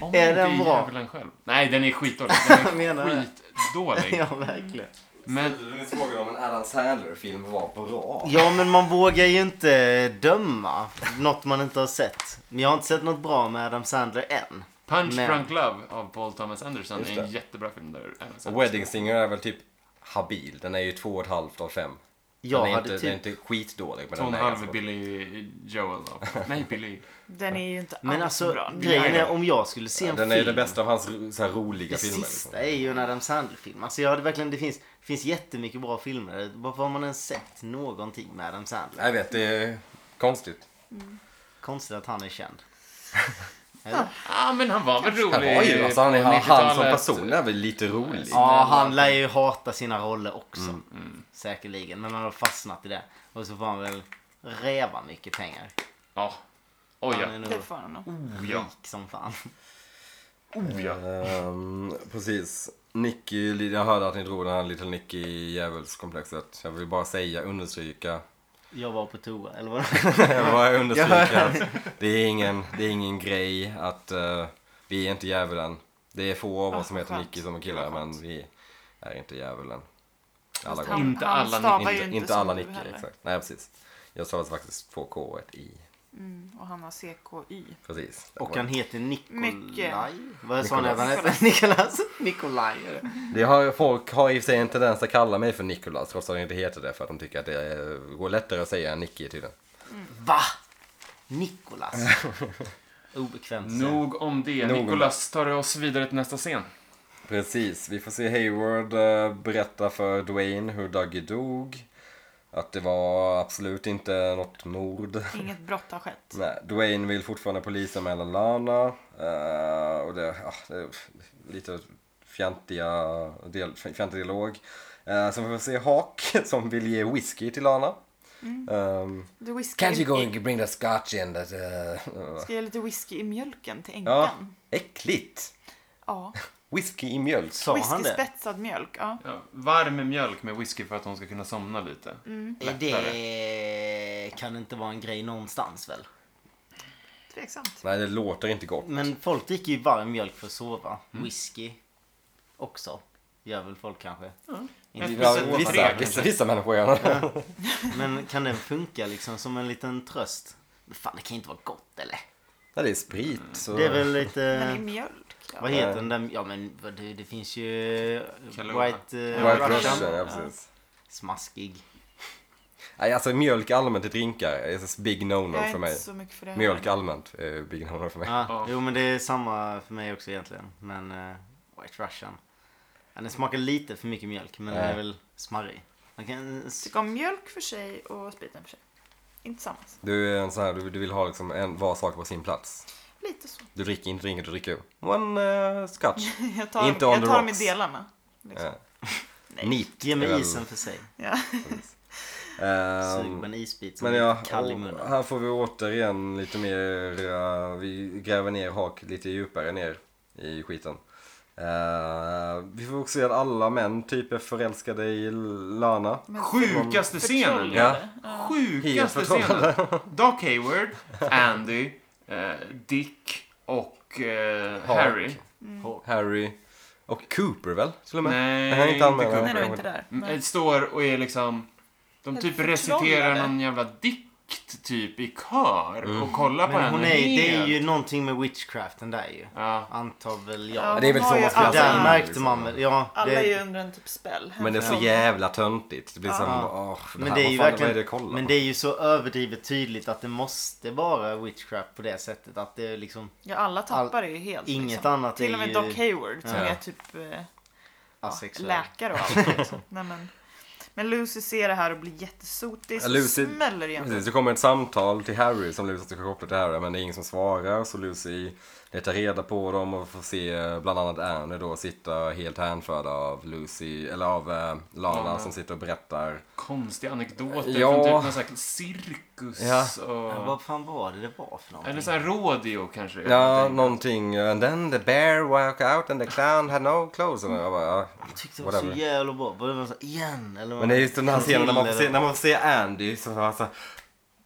Är
inte
den bra?
djävulen själv. Nej, den är skitdålig.
(laughs)
Den
Menar
är
det.
skitdålig.
Ja, verkligen.
Men
Nu frågar om en Adam Sandler-film var bra.
Ja, men man vågar ju inte döma något man inte har sett. Men jag har inte sett något bra med Adam Sandler än.
Punch
Men-
Drunk Love av Paul Thomas Anderson
Just
är en
det.
jättebra film där. Adam Sandler-
Och Wedding Singer är väl typ habil. Den är ju två och ett halvt av fem.
Jag
den, är
hade
inte,
typ...
den är inte skitdålig. Men
Två och
den alltså.
en
är
halv
ganska bra.
med Billy Joel. då. Nej, Billy.
Den är ju inte
Men
alls
alltså,
bra.
grejen är om jag skulle se en
Den är ju
film.
den bästa liksom. av hans ro- så här roliga
Det
filmer.
sista är ju en Adam Sandler-film. Alltså jag hade verkligen, det finns, det finns jättemycket bra filmer. Varför har man ens sett någonting med Adam Sandler?
Jag vet, det är konstigt.
Konstigt att han är (laughs) känd.
Ja, men han var väl
Han
rolig
var ju, alltså han, är,
på
han som
90-talet.
person är väl lite rolig.
Ja, han lär ju Mm, hata sina roller också. Säkerligen. Men han har fastnat i det. Och så får han väl räva mycket pengar.
Ja. Oj,
Han
ja.
är nog
Det får han nog.
Oh,
ja.
rik som fan.
Oh, ja.
Ehm, precis. Nicky, jag hörde att ni drog den här Little Nicky i djävulskomplexet. Jag vill bara säga, understryka.
Jag var på toa, eller vad
(laughs) Jag bara understryka
(laughs)
att det är ingen, det är ingen grej att eh, vi är inte djävulen. Det är få av oss som
Ah,
heter
skönt.
Nicky som är killar men vi är inte djävulen. Alla
han,
gånger.
Inte
han
alla
stavar
Inte,
ju
inte,
inte, som
alla
du
Nicky,
heller.
exakt. Nej precis. Jag stavade faktiskt två K och ett I.
Mm, och han har CKY.
Precis.
Och han heter
Mycket.
Nikolaj. Vad sa ni att han (laughs) hette? Nikolas? Nikolaj. är det.
Det har, folk har i och för sig en tendens att kalla mig för Nikolas trots att jag inte heter det för att de tycker att det eh, går lättare att säga än Nicky tydligen.
Va? Nikolas. (laughs) Obekvämt. No.
Nog om det.
Nog om
Nicolas tar oss vidare till nästa scen.
Precis, vi får se Hayward eh, berätta för Dwayne hur Dougie dog. Att det var absolut inte något mord. (laughs)
Inget brott har skett.
Nej, Dwayne vill fortfarande polisanmäla Lana. eh, och det, ja, det är lite fjantiga del, fjantig dialog. Uh, sen får vi se Hawk (laughs) som vill ge whisky till Lana. Ehm,
Du whisky
Can't you go
i-
and bring the scotch in? That, uh,
Ska jag ge lite whisky i mjölken till
ja,
änkan?
äckligt.
Ja.
Whisky i mjölk.
Sa han det?
Whiskyspetsad mjölk, ja.
Ja, varm mjölk med whisky för att hon ska kunna somna lite.
Mm.
Är Det kan inte vara en grej någonstans väl?
Tveksamt.
Nej, det låter inte gott.
Men folk dricker ju varm mjölk för att sova. Whisky också. Gör väl folk kanske. Inte
Ja,
Vissa-
vissa,
tre,
vissa,
kanske.
vissa människor gör det.
Men kan den funka liksom som en liten tröst? Men fan det kan ju inte vara gott eller?
Nej, det är sprit. Så...
Det är väl
Men i
lite...
mjölk, ja.
Vad heter den där? Ja men vad du, det finns ju...
Kahlua.
White, eh,
White
Russian.
Russian, ja precis.
Smaskig.
Nej, alltså mjölk allmänt i drinkar är ett big
Jag
no-no
är
för
inte
mig.
så mycket för det.
Mjölk allmänt är big no-no för mig.
Ja,
Ja.
Jo men det är samma för mig också egentligen. Men eh, White Russian. Ja, den smakar lite för mycket mjölk men den
Ja.
är väl smarrig. Man kan...
Jag tycker om mjölk för sig och spriten för sig. Inte tillsammans.
Du är en sån här, du, du vill ha liksom en, var sak på sin plats.
Lite så. (laughs)
Du dricker inte drinken, du dricker one eh, scotch.
Jag tar,
Inte on
jag
the
tar dem i
rocks.
delarna. Liksom.
Ja.
Nej.
Neat.
Ge
är väl-
mig isen för sig.
Ja.
Ehm,
Sug på en isbit som
men
är
ja,
kall i
och
munnen.
här får vi återigen lite mer, eh, vi gräver ner hak lite djupare ner i skiten. Eh, vi får också se att alla män typ är förälskade i Lana.
Men
Sjukaste scenen!
förtrollade.
Helt
Sjukaste
förtrollade.
scenen. Doc Hayward, Andy, eh, Dick och eh,
Hawk.
Harry.
Harry och Cooper väl? Till och med.
Nej,
han är inte anmäld.
inte
Nej, de är inte där.
Mm,
Nej.
eh, Står och är liksom... De
Men
typ
förtrollade.
reciterar någon jävla dikt typ i kör
Mm.
och kollar på
Men
henne
hon är, det är
helt.
ju någonting med witchcraften där ju.
Ja.
Antar väl
Ja,
jag.
det är väl
de
så
har ju
man ska
alla-
göra.
Där
Alltså,
märkte
liksom.
man väl. Ja,
Alla är ju
det,
under en typ spell.
Men det är så
Hemskt.
jävla töntigt. Det blir som,
Ja.
åh, det
men
här,
det är
vad
ju
fan, vad är det
verkligen,
jag kollar
men
på?
det är ju så överdrivet tydligt att det måste vara witchcraft på det sättet. Att det är liksom,
Ja, alla tappar det ju helt.
inget
Alltså, liksom.
annat
Till och
är
med
ju
Doc Hayward som
Ja.
är typ eh, ja,
Asexuell.
läkare och
(laughs)
allt. Liksom. Nej, men. men Lucy ser det här och blir jättesotis
Ja,
och
Lucy-
smäller igen.
Precis, det kommer ett samtal till Harry som Lucy ska koppla till Harry men det är ingen som svarar så Lucy letar reda på dem och får se eh, bland annat Annie då sitta helt hänförd av Lucy, eller av eh, Lana
Lana.
som sitter och berättar.
konstiga anekdoter
Ja.
från typ någon sån här cirkus
Ja.
Men
och...
vad fan var det det var för någonting?
Eller så här rodeo kanske.
Ja, någonting. eh, And then the bear walked out and the clown had no clothes. Och jag bara, ja,
Jag tyckte det var
whatever.
så jävla bra. Var det var så här, igen? Eller
Men det är just den här scenen när man får se, när man får se Andy som har så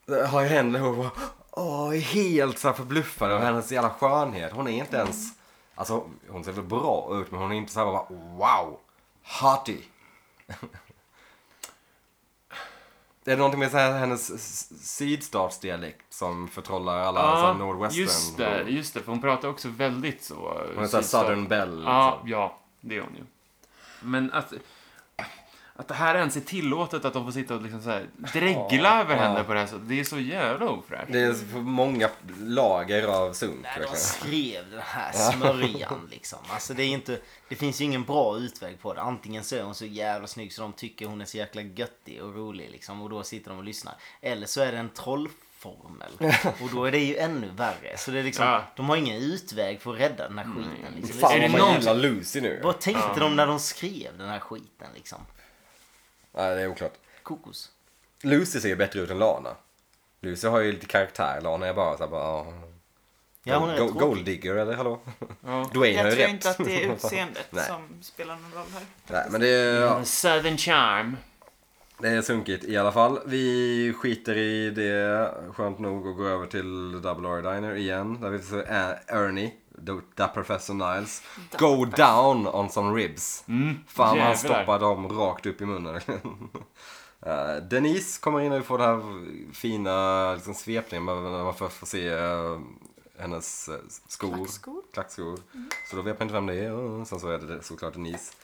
här, har henne och bara, åh, är helt så här förbluffad av hennes jävla skönhet. Hon är inte ens, alltså hon ser väl bra ut men hon är inte så här bara wow, (laughs) hottie. Det är någonting med så här, hennes s- sydstatsdialekt som förtrollar alla så här
Ja,
Alltså, nordwestern.
just det, just det. För hon pratar också väldigt så... eh,
Hon är såhär
sydstat-
southern belle.
Ja,
liksom.
ja, det är hon ju. Men att... Att det här ens är tillåtet att de får sitta och liksom så här dregla över henne på det här sättet. Det är så jävla ofräscht.
liksom. Det är för många lager av sunk.
Nej, de
verkligen.
skrev den här smörjan liksom. Alltså det är inte... Det finns ju ingen bra utväg på det. Antingen så är hon så jävla snygg så de tycker hon är så jäkla göttig och rolig liksom. Och då sitter de och lyssnar. Eller så är det en
(laughs)
trollformel. Och då är det ju ännu värre. Så det är liksom...
Ja.
De har ingen utväg för att rädda den här skiten. Liksom.
Mm. Fan
Är det
vad man
någon-
gillar Lucy nu.
Vad tänkte de när de skrev den här skiten liksom?
Nej, det är oklart.
Kokos.
Lucy ser ju bättre ut än Lana. Lucy har ju lite karaktär, Lana är bara såhär bara... ja.
Ja, hon är
Go-
rätt tråkig.
Golddigger eller hallå?
Ja.
Dwayne har
Jag
ju
tror
rätt.
inte att det är utseendet
(laughs) Nej.
som spelar någon roll här.
Nej, men det är, ja,
Southern charm.
det är sunkigt i alla fall. Vi skiter i det, skönt nog, och går över till Double R Diner igen. Där vi får se Ä- Ernie, the, the Professor Niles, go down on some ribs. Fan han
jävlar.
stoppar dem rakt upp i munnen. (laughs) Eh, Denise kommer in och vi får den här fina liksom, svepningen med- när man först får se eh, hennes eh, skor.
Klackskor. Mm.
Klackskor. Så då vet man inte vem det är. Och Sen så är det såklart Denise.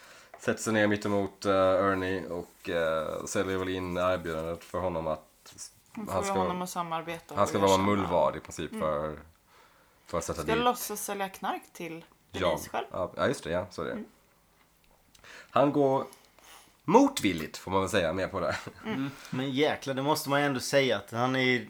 Sätter sig ner mittemot eh, Ernie och eh, säljer väl in erbjudandet för honom att
Hon får
han
ju
ska,
honom att samarbeta. och
han ska
göra
vara
samma.
mullvad i princip för, för att sätta
Ska
dit
låtsas sälja knark till Denise själv. Mm.
Ja, ja, just det. Ja, så är det. Han går motvilligt, får man väl säga, med på det.
Men jäklar, det måste man ju ändå säga att han är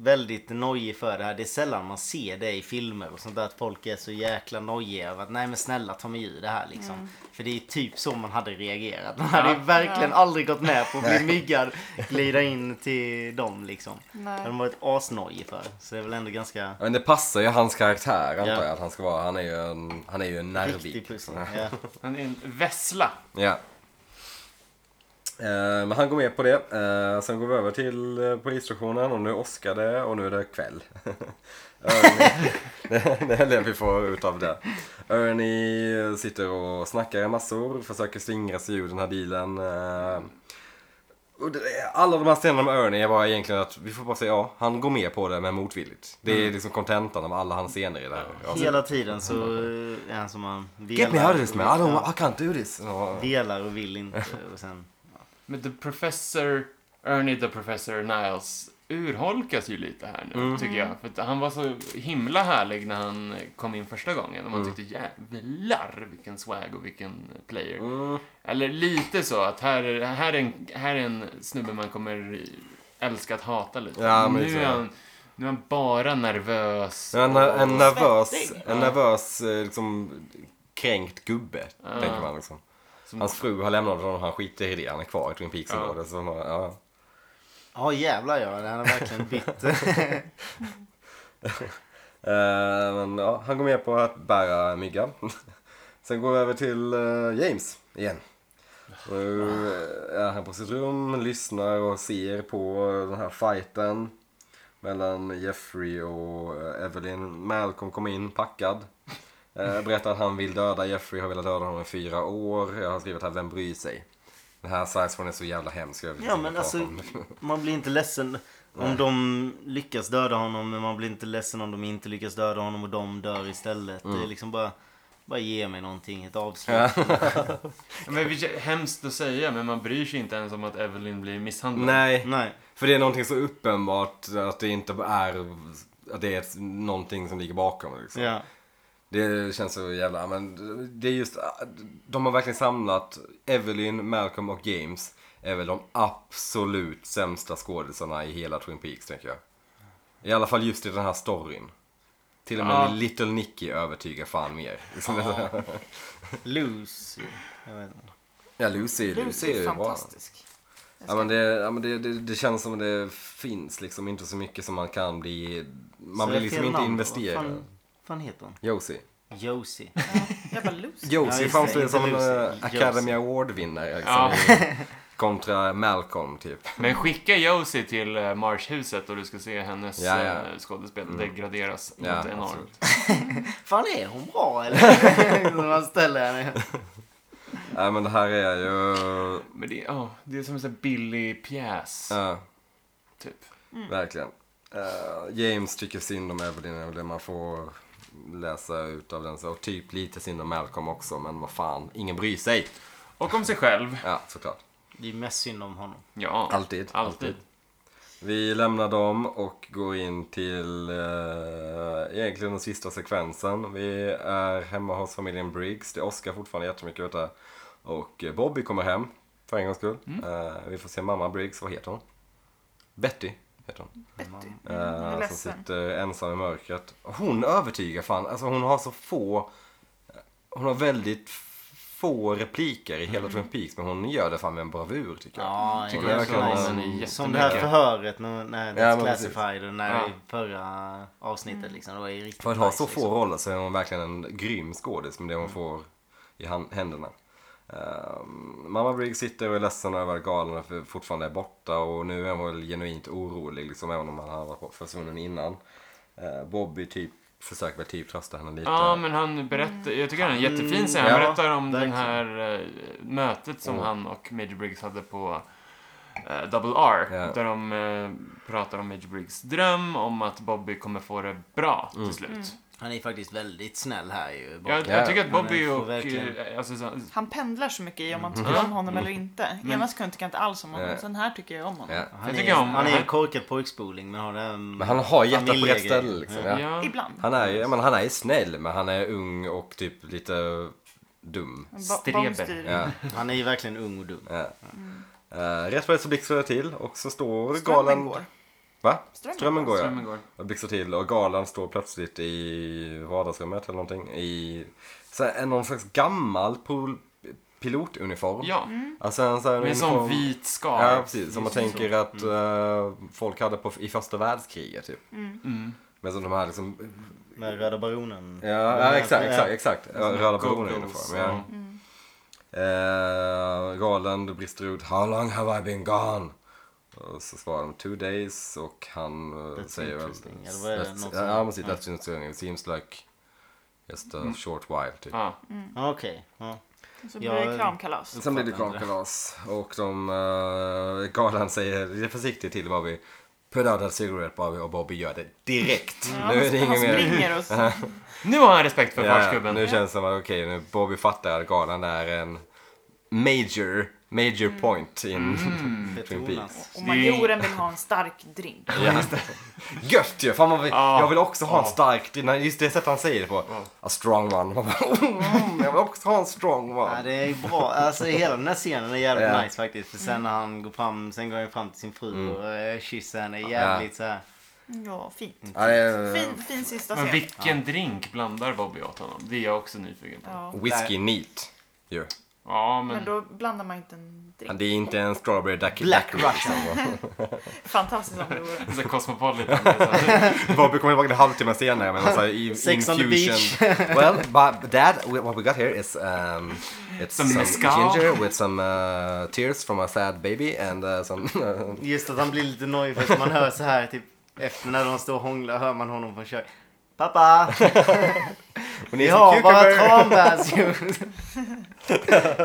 väldigt nojig för det här. Det är sällan man ser det i filmer och sånt där. Att folk är så jäkla nojiga över att nej men snälla ta mig ur det här liksom. För det är typ så man hade reagerat. Man hade ju verkligen aldrig gått med på att bli myggad. Glida in till dem liksom.
Nej.
Det hade man varit asnojig för. Så det är väl ändå ganska
Men det passar ju hans karaktär antar
Ja.
jag att han ska vara. Han är ju en, han är ju en nervig.
riktig pussel. Ja.
Han är en vessla.
Ja. Eh, Men han går med på det. Eh, Sen går vi över till eh, polisstationen och nu åskar det och nu är det kväll. (laughs) Ernie- det (laughs) det är det vi får ut av det. Ernie sitter och snackar en massor, försöker slingra sig ur den här dealen. eh. Och det- Alla de här scenerna med Ernie var egentligen att vi får bara säga ja, han går med på det men motvilligt. Det
Mm.
är liksom kontentan av alla hans scener i det här. avsnittet.
Hela tiden så eh, är han som man
Alltså, Get me out of this man, I,
Ja,
don't, I can't do this. Ja.
Velar och vill inte och sen...
Men The Professor, Ernie the Professor Niles urholkas ju lite här nu,
Mm.
tycker jag. För att han var så himla härlig när han kom in första gången. Och man
Mm.
tyckte jävlar vilken swag och vilken player.
Mm.
Eller lite så att här är, här, är en, här är en snubbe man kommer älska att hata lite.
Ja, men
nu,
så.
är han, nu är han bara nervös.
En, en nervös,
Svettig.
en nervös eh, liksom, kränkt gubbe,
Ja.
tänker man liksom.
Som-
Hans fru har lämnat honom, han skiter i det, han är kvar i Twin Peaks-området. så man- Ja.
Ja jävlar ja, han har verkligen bytt.
Eh, men, ja, han går med på att bära myggan. (laughs) Sen går vi över till eh, James igen. Nu eh, är han på sitt rum, lyssnar och ser på den här fighten mellan Jeffrey och eh, Evelyn. Malcolm kom in packad. Eh, Berättar att han vill döda Jeffrey, har velat döda honom i fyra år. Jag har skrivit här, vem bryr sig? Den här science är så jävla hemsk. jag vet inte
Ja
vad
men
jag pratar
alltså,
om.
man blir inte ledsen om de lyckas döda honom men man blir inte ledsen om de inte lyckas döda honom och de dör istället. Det är
Mm.
liksom bara, bara ge mig någonting, ett avslut.
Ja, Men, vilket- hemskt att säga, men man bryr sig inte ens om att Evelyn blir misshandlad.
Nej.
(laughs) Nej.
För det är någonting så uppenbart att det inte är att det är ett- någonting som ligger bakom. Liksom.
Ja.
Det känns så jävla, men det är just, de har verkligen samlat Evelyn, Malcolm och James är väl de absolut sämsta skådisarna i hela Twin Peaks tänker jag. I alla fall just i den här storyn. Till och med
Ja.
Little Nicky övertygar fan mer.
Lucy. Jag vet inte.
(laughs) Ja, Lucy, Lucy är
Lucy är
ju bra.
fantastisk.
Ja, men det, ja, men det, det, det känns som det finns liksom inte så mycket som man kan bli... Man
Så
blir
jag
liksom
fel
inte
namn.
investerad.
Vad fan, fan heter hon?
Josie. (laughs)
Josie.
Jävla Lucy.
Josie
just
framstår
det,
ju som en
inte
eh,
Lucy.
Academy
Josie.
Award-vinnare. Liksom,
Ja.
(laughs)
Kontra Malcolm, typ.
Men skicka Josie till eh, Marshhuset och du ska se hennes
Ja, ja.
eh, skådespel degraderas
Ja,
något enormt.
absolut.
Fan är hon bra
(laughs)
eller? När man ställer henne.
Ja, men det här är ju...
Men det, ja, det är som en sån här billig pjäs,
ja,
typ.
Mm.
verkligen. Eh, James tycker synd om Evelyn, det är väl det man får läsa ut av den. så- Och typ lite synd om Malcolm också, men vad fan, ingen bryr sig.
Och om sig själv.
Ja, såklart.
Det är mest synd om honom.
Ja,
Alltid.
alltid.
Vi lämnar dem och går in till eh, egentligen den sista sekvensen. Vi är hemma hos familjen Briggs. Det åskar fortfarande jättemycket ute. Och eh, Bobby kommer hem för en gångs skull. Eh, vi får se mamma Briggs. Vad heter hon? Betty heter hon.
Betty. Mm,
Eh,
är
som
ledsen.
sitter ensam i mörkret. Hon övertygar fan. Alltså hon har så få... Hon har väldigt få repliker i
Mm.
hela Twin Peaks. Men hon gör det fan med en bravur tycker jag.
Ja,
Tycker
det
jag
verkar vara
också
en-
om henne
Som det här
jättemycket.
förhöret när, när
Ja,
That's
men precis. Mm.
Classified och när
Ja.
i förra avsnittet liksom. Det var ju riktigt
För att ha
nice,
så
liksom.
få roller så är hon verkligen en grym skådis med det
Mm.
hon får i han- händerna. Ehm, mamma Briggs sitter och är ledsen över att galerna för- fortfarande är borta och nu är hon väl genuint orolig liksom även om han har varit försvunnen innan. Eh, Bobby typ försöker väl typ trösta henne lite.
Ja, men han berättar, jag tycker han är jättefin sen.
Mm, Ja, Mm.
Han berättar om
verkligen.
den här eh, mötet som han och Major Briggs hade på eh, Double R.
Ja.
Där de eh, pratar om Major Briggs dröm om att Bobby kommer få det bra till slut.
Han är faktiskt väldigt snäll här ju. Bobby.
Jag,
Mm. Ja.
jag tycker att
Mm. Ja, men
Bobby
får
och...
verkligen-
eh, Alltså, så,
Han pendlar så mycket i om man tycker om honom eller inte. Ena sekunden tycker jag inte alls om honom,
Mm. Nej.
sen här tycker jag om honom.
Ja.
Han,
tycker
är,
om-
han är en korkad pojkspoling men har det här
Men han har hjärtat på rätt
familjegrejen.
ställe liksom. Ja.
ja.
Ibland.
Han, är, ju- ja, men han är ju snäll men han är ung och typ lite dum.
Bo-
Streber.
bombstyr.
Ja.
Han är ju verkligen ung och dum.
Ehm, Ja. Eh, rätt vad det är så blixtrar det till och så står
Strömmen
galen...
går.
Va?
Strömmen
Strömmen går ja.
Strömmen går.
Och byxor till och galan står plötsligt i vardagsrummet eller någonting. I så här, en- någon slags gammal pol- pilotuniform.
Ja,
Alltså en sån här
med en sån
uniform-
vit scarf.
Ja, precis. Som man
Just
tänker
så.
att eh, folk hade på, i första världskriget typ.
Mm.
Men som de här liksom,
Med Röda Baronen.
ja, ja exakt, exakt, exakt. Ja, Röda baronen
Goggles
uniform. Ja.
och-
Mm.
Eh, Garland brister ut How long have I been gone? Och så svarar de two days och han eh,
That's
säger väl...
interesting, eller vad är det?
That's-
Något
Ja,
sånt.
precis. That's interesting. It seems like just
Mm.
a short while, typ.
Ja.
Ja, Okej. Ja.
Så blir det
Ja,
kramkalas.
Sen blir det
Uppfattar inte det.
kramkalas och de... Uh, Garland säger lite försiktigt till Bobby Put out that cigarette Bobby och Bobby gör det direkt.
Mm.
Ja, han springer och så.
Nu har han respekt för
Ja,
farsgubben.
nu känns det som att okej, nu Bobby fattar att galan är en major, major
Mm.
point in Mm, Twin Peaks.
Betonas.
Och majoren vill ha en stark drink.
(laughs) Ja. Gött ju! Fan, man vill,
Ja.
jag vill också ha en
Ja.
stark, just det sättet han säger det på. A strong one. Man bara, "Mm, jag vill också ha en strong
Ja,
one.
det är bra. Alltså hela den här scenen är jävligt
Ja. Mm.
nice faktiskt. För sen när han går fram, sen går han fram till sin fru och eh, kysser henne jävligt så här.
Ja, fint.
Ja, det är,
Fin, fin sista
Men
scen.
vilken drink blandar Bobby åt honom? Det är jag också nyfiken på. Ja,
Ja.
whisky neat. ju.
men...
Men då blandar man inte en
Ja,
drink.
Det är inte en strawberry ducky.
Black
ducky,
Russian.
liksom.
Fantastiskt om det vore.
Så Cosmopolitan. det är
(laughs)
så här,
Bobby kommer tillbaka en halvtimme senare med någon sån här i-
(laughs) Sex on the
(laughs)
beach.
well, but that, what we got here is um, it's
Some
some,
mezcal.
ginger with some uh, tears from a sad baby and uh,
(laughs)
some... (laughs)
Just att han blir lite nojig för att man hör så här typ efter när de står och hånglar hör man honom från köket. Pappa!
Hon
Vi har bara
(laughs)
tranbärsjuice.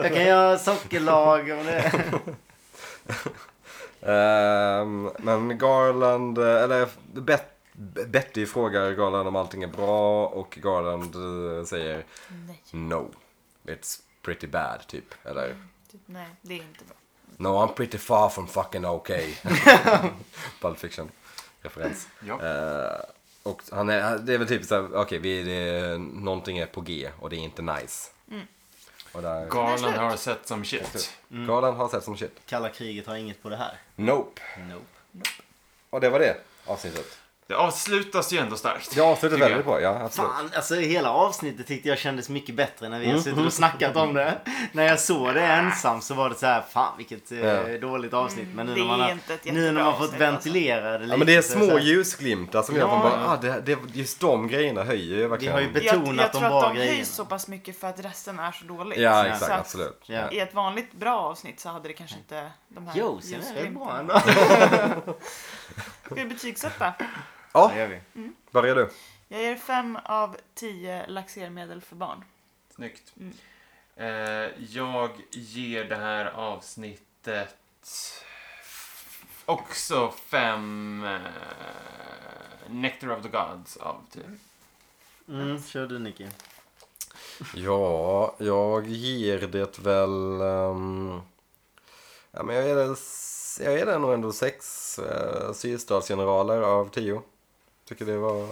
Jag kan göra sockerlag och det.
Ehm, men Garland, eh, eller Bet B- Betty frågar Garland om allting är bra och Garland eh, säger
Nej,
no. It's pretty bad typ. Eller
typ, nej, det är inte bra.
no I'm pretty far from fucking
(laughs)
okay. Pulp fiction referens.
ja.
Eh, och han är, det är väl typ såhär, okej vi det- någonting är på G och det är inte nice.
Mm.
Och där,
Garland har sett som shit.
Garland har sett som shit.
Kalla kriget har inget på det här.
Nope.
Nope.
Och det var det avsnittet.
Det avslutas ju ändå starkt.
Det avslutet
tycker
väldigt bra,
jag.
ja absolut.
Fan, alltså hela avsnittet tyckte jag kändes mycket bättre när vi
Mm.
har suttit och snackat om det. När jag såg det ensam så var det så här, fan vilket eh,
Ja.
dåligt avsnitt. Men nu
det
när man
är
har,
inte ett
nu när
jättebra
man fått
avsnitt, alltså.
ventilera det lite.
Ja men det är
så så
små
här,
ljusglimtar som gör att man bara, ah, det, det, just de grejerna höjer ju
Vi
verkligen.
har ju
Jag,
betonat
jag tror
de bra
att de
grejerna.
höjs så pass mycket för att resten är så dåligt.
Ja
Så
exakt,
att
absolut. Mm.
Ja.
I ett vanligt bra avsnitt så hade det kanske inte de här
Jo, sen är det bra
ljusglimtarna.
ändå.
Ska vi betygsätta?
Ja,
Det gör vi.
börjar du.
Jag ger fem av tio laxermedel för barn.
Snyggt. Eh, jag ger det här avsnittet också fem eh, Nectar of the Gods av typ.
Mm, kör du Nicky.
Ja, jag ger det väl... ehm, ja men jag ger det, s- jag ger det nog ändå sex uh, sydstatsgeneraler av tio. Tycker det var...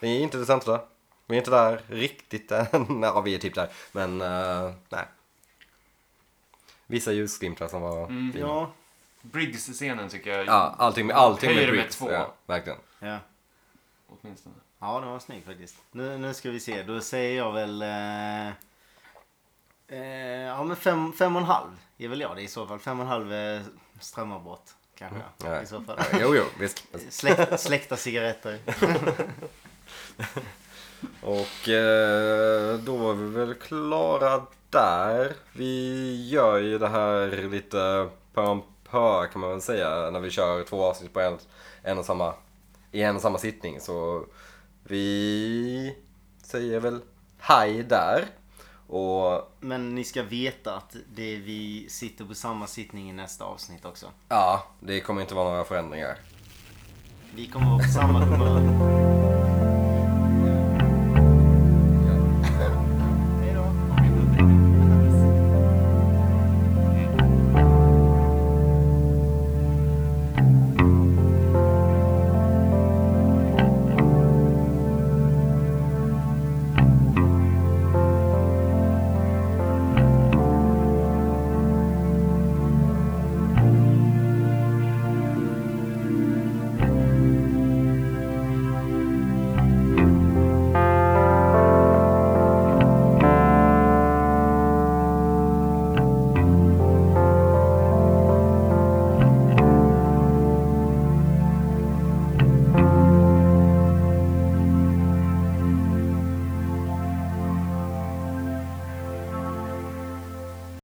Vi är inte det sämsta. Vi är inte där riktigt än. (laughs) Ja, vi är typ där. Men eh, nej. Vissa ljusglimtar som var
Mm.
fina.
Ja.
Briggs-scenen tycker jag
Ja, allting med, allting
Höjer
med
det med
Briggs.
två.
Ja, verkligen.
ja.
åtminstone.
Ja, den var snygg faktiskt. Nu, nu ska vi se. Då säger jag väl... Eh, eh, ja, men fem, fem och en halv är väl jag det i så fall. Fem och en halv eh, strömavbrott kanske.
Mm, nej.
I så fall.
Ja, Jo, jo, visst.
Släkt, släkta cigaretter.
Och eh, då var vi väl klara där. Vi gör ju det här lite pö om pö kan man väl säga. När vi kör två avsnitt på en, en och samma, i en och samma sittning. Så vi säger väl hej där. Och
Men ni ska veta att det är vi sitter på samma sittning i nästa avsnitt också.
ja, det kommer inte vara några förändringar.
Vi kommer vara på samma humör.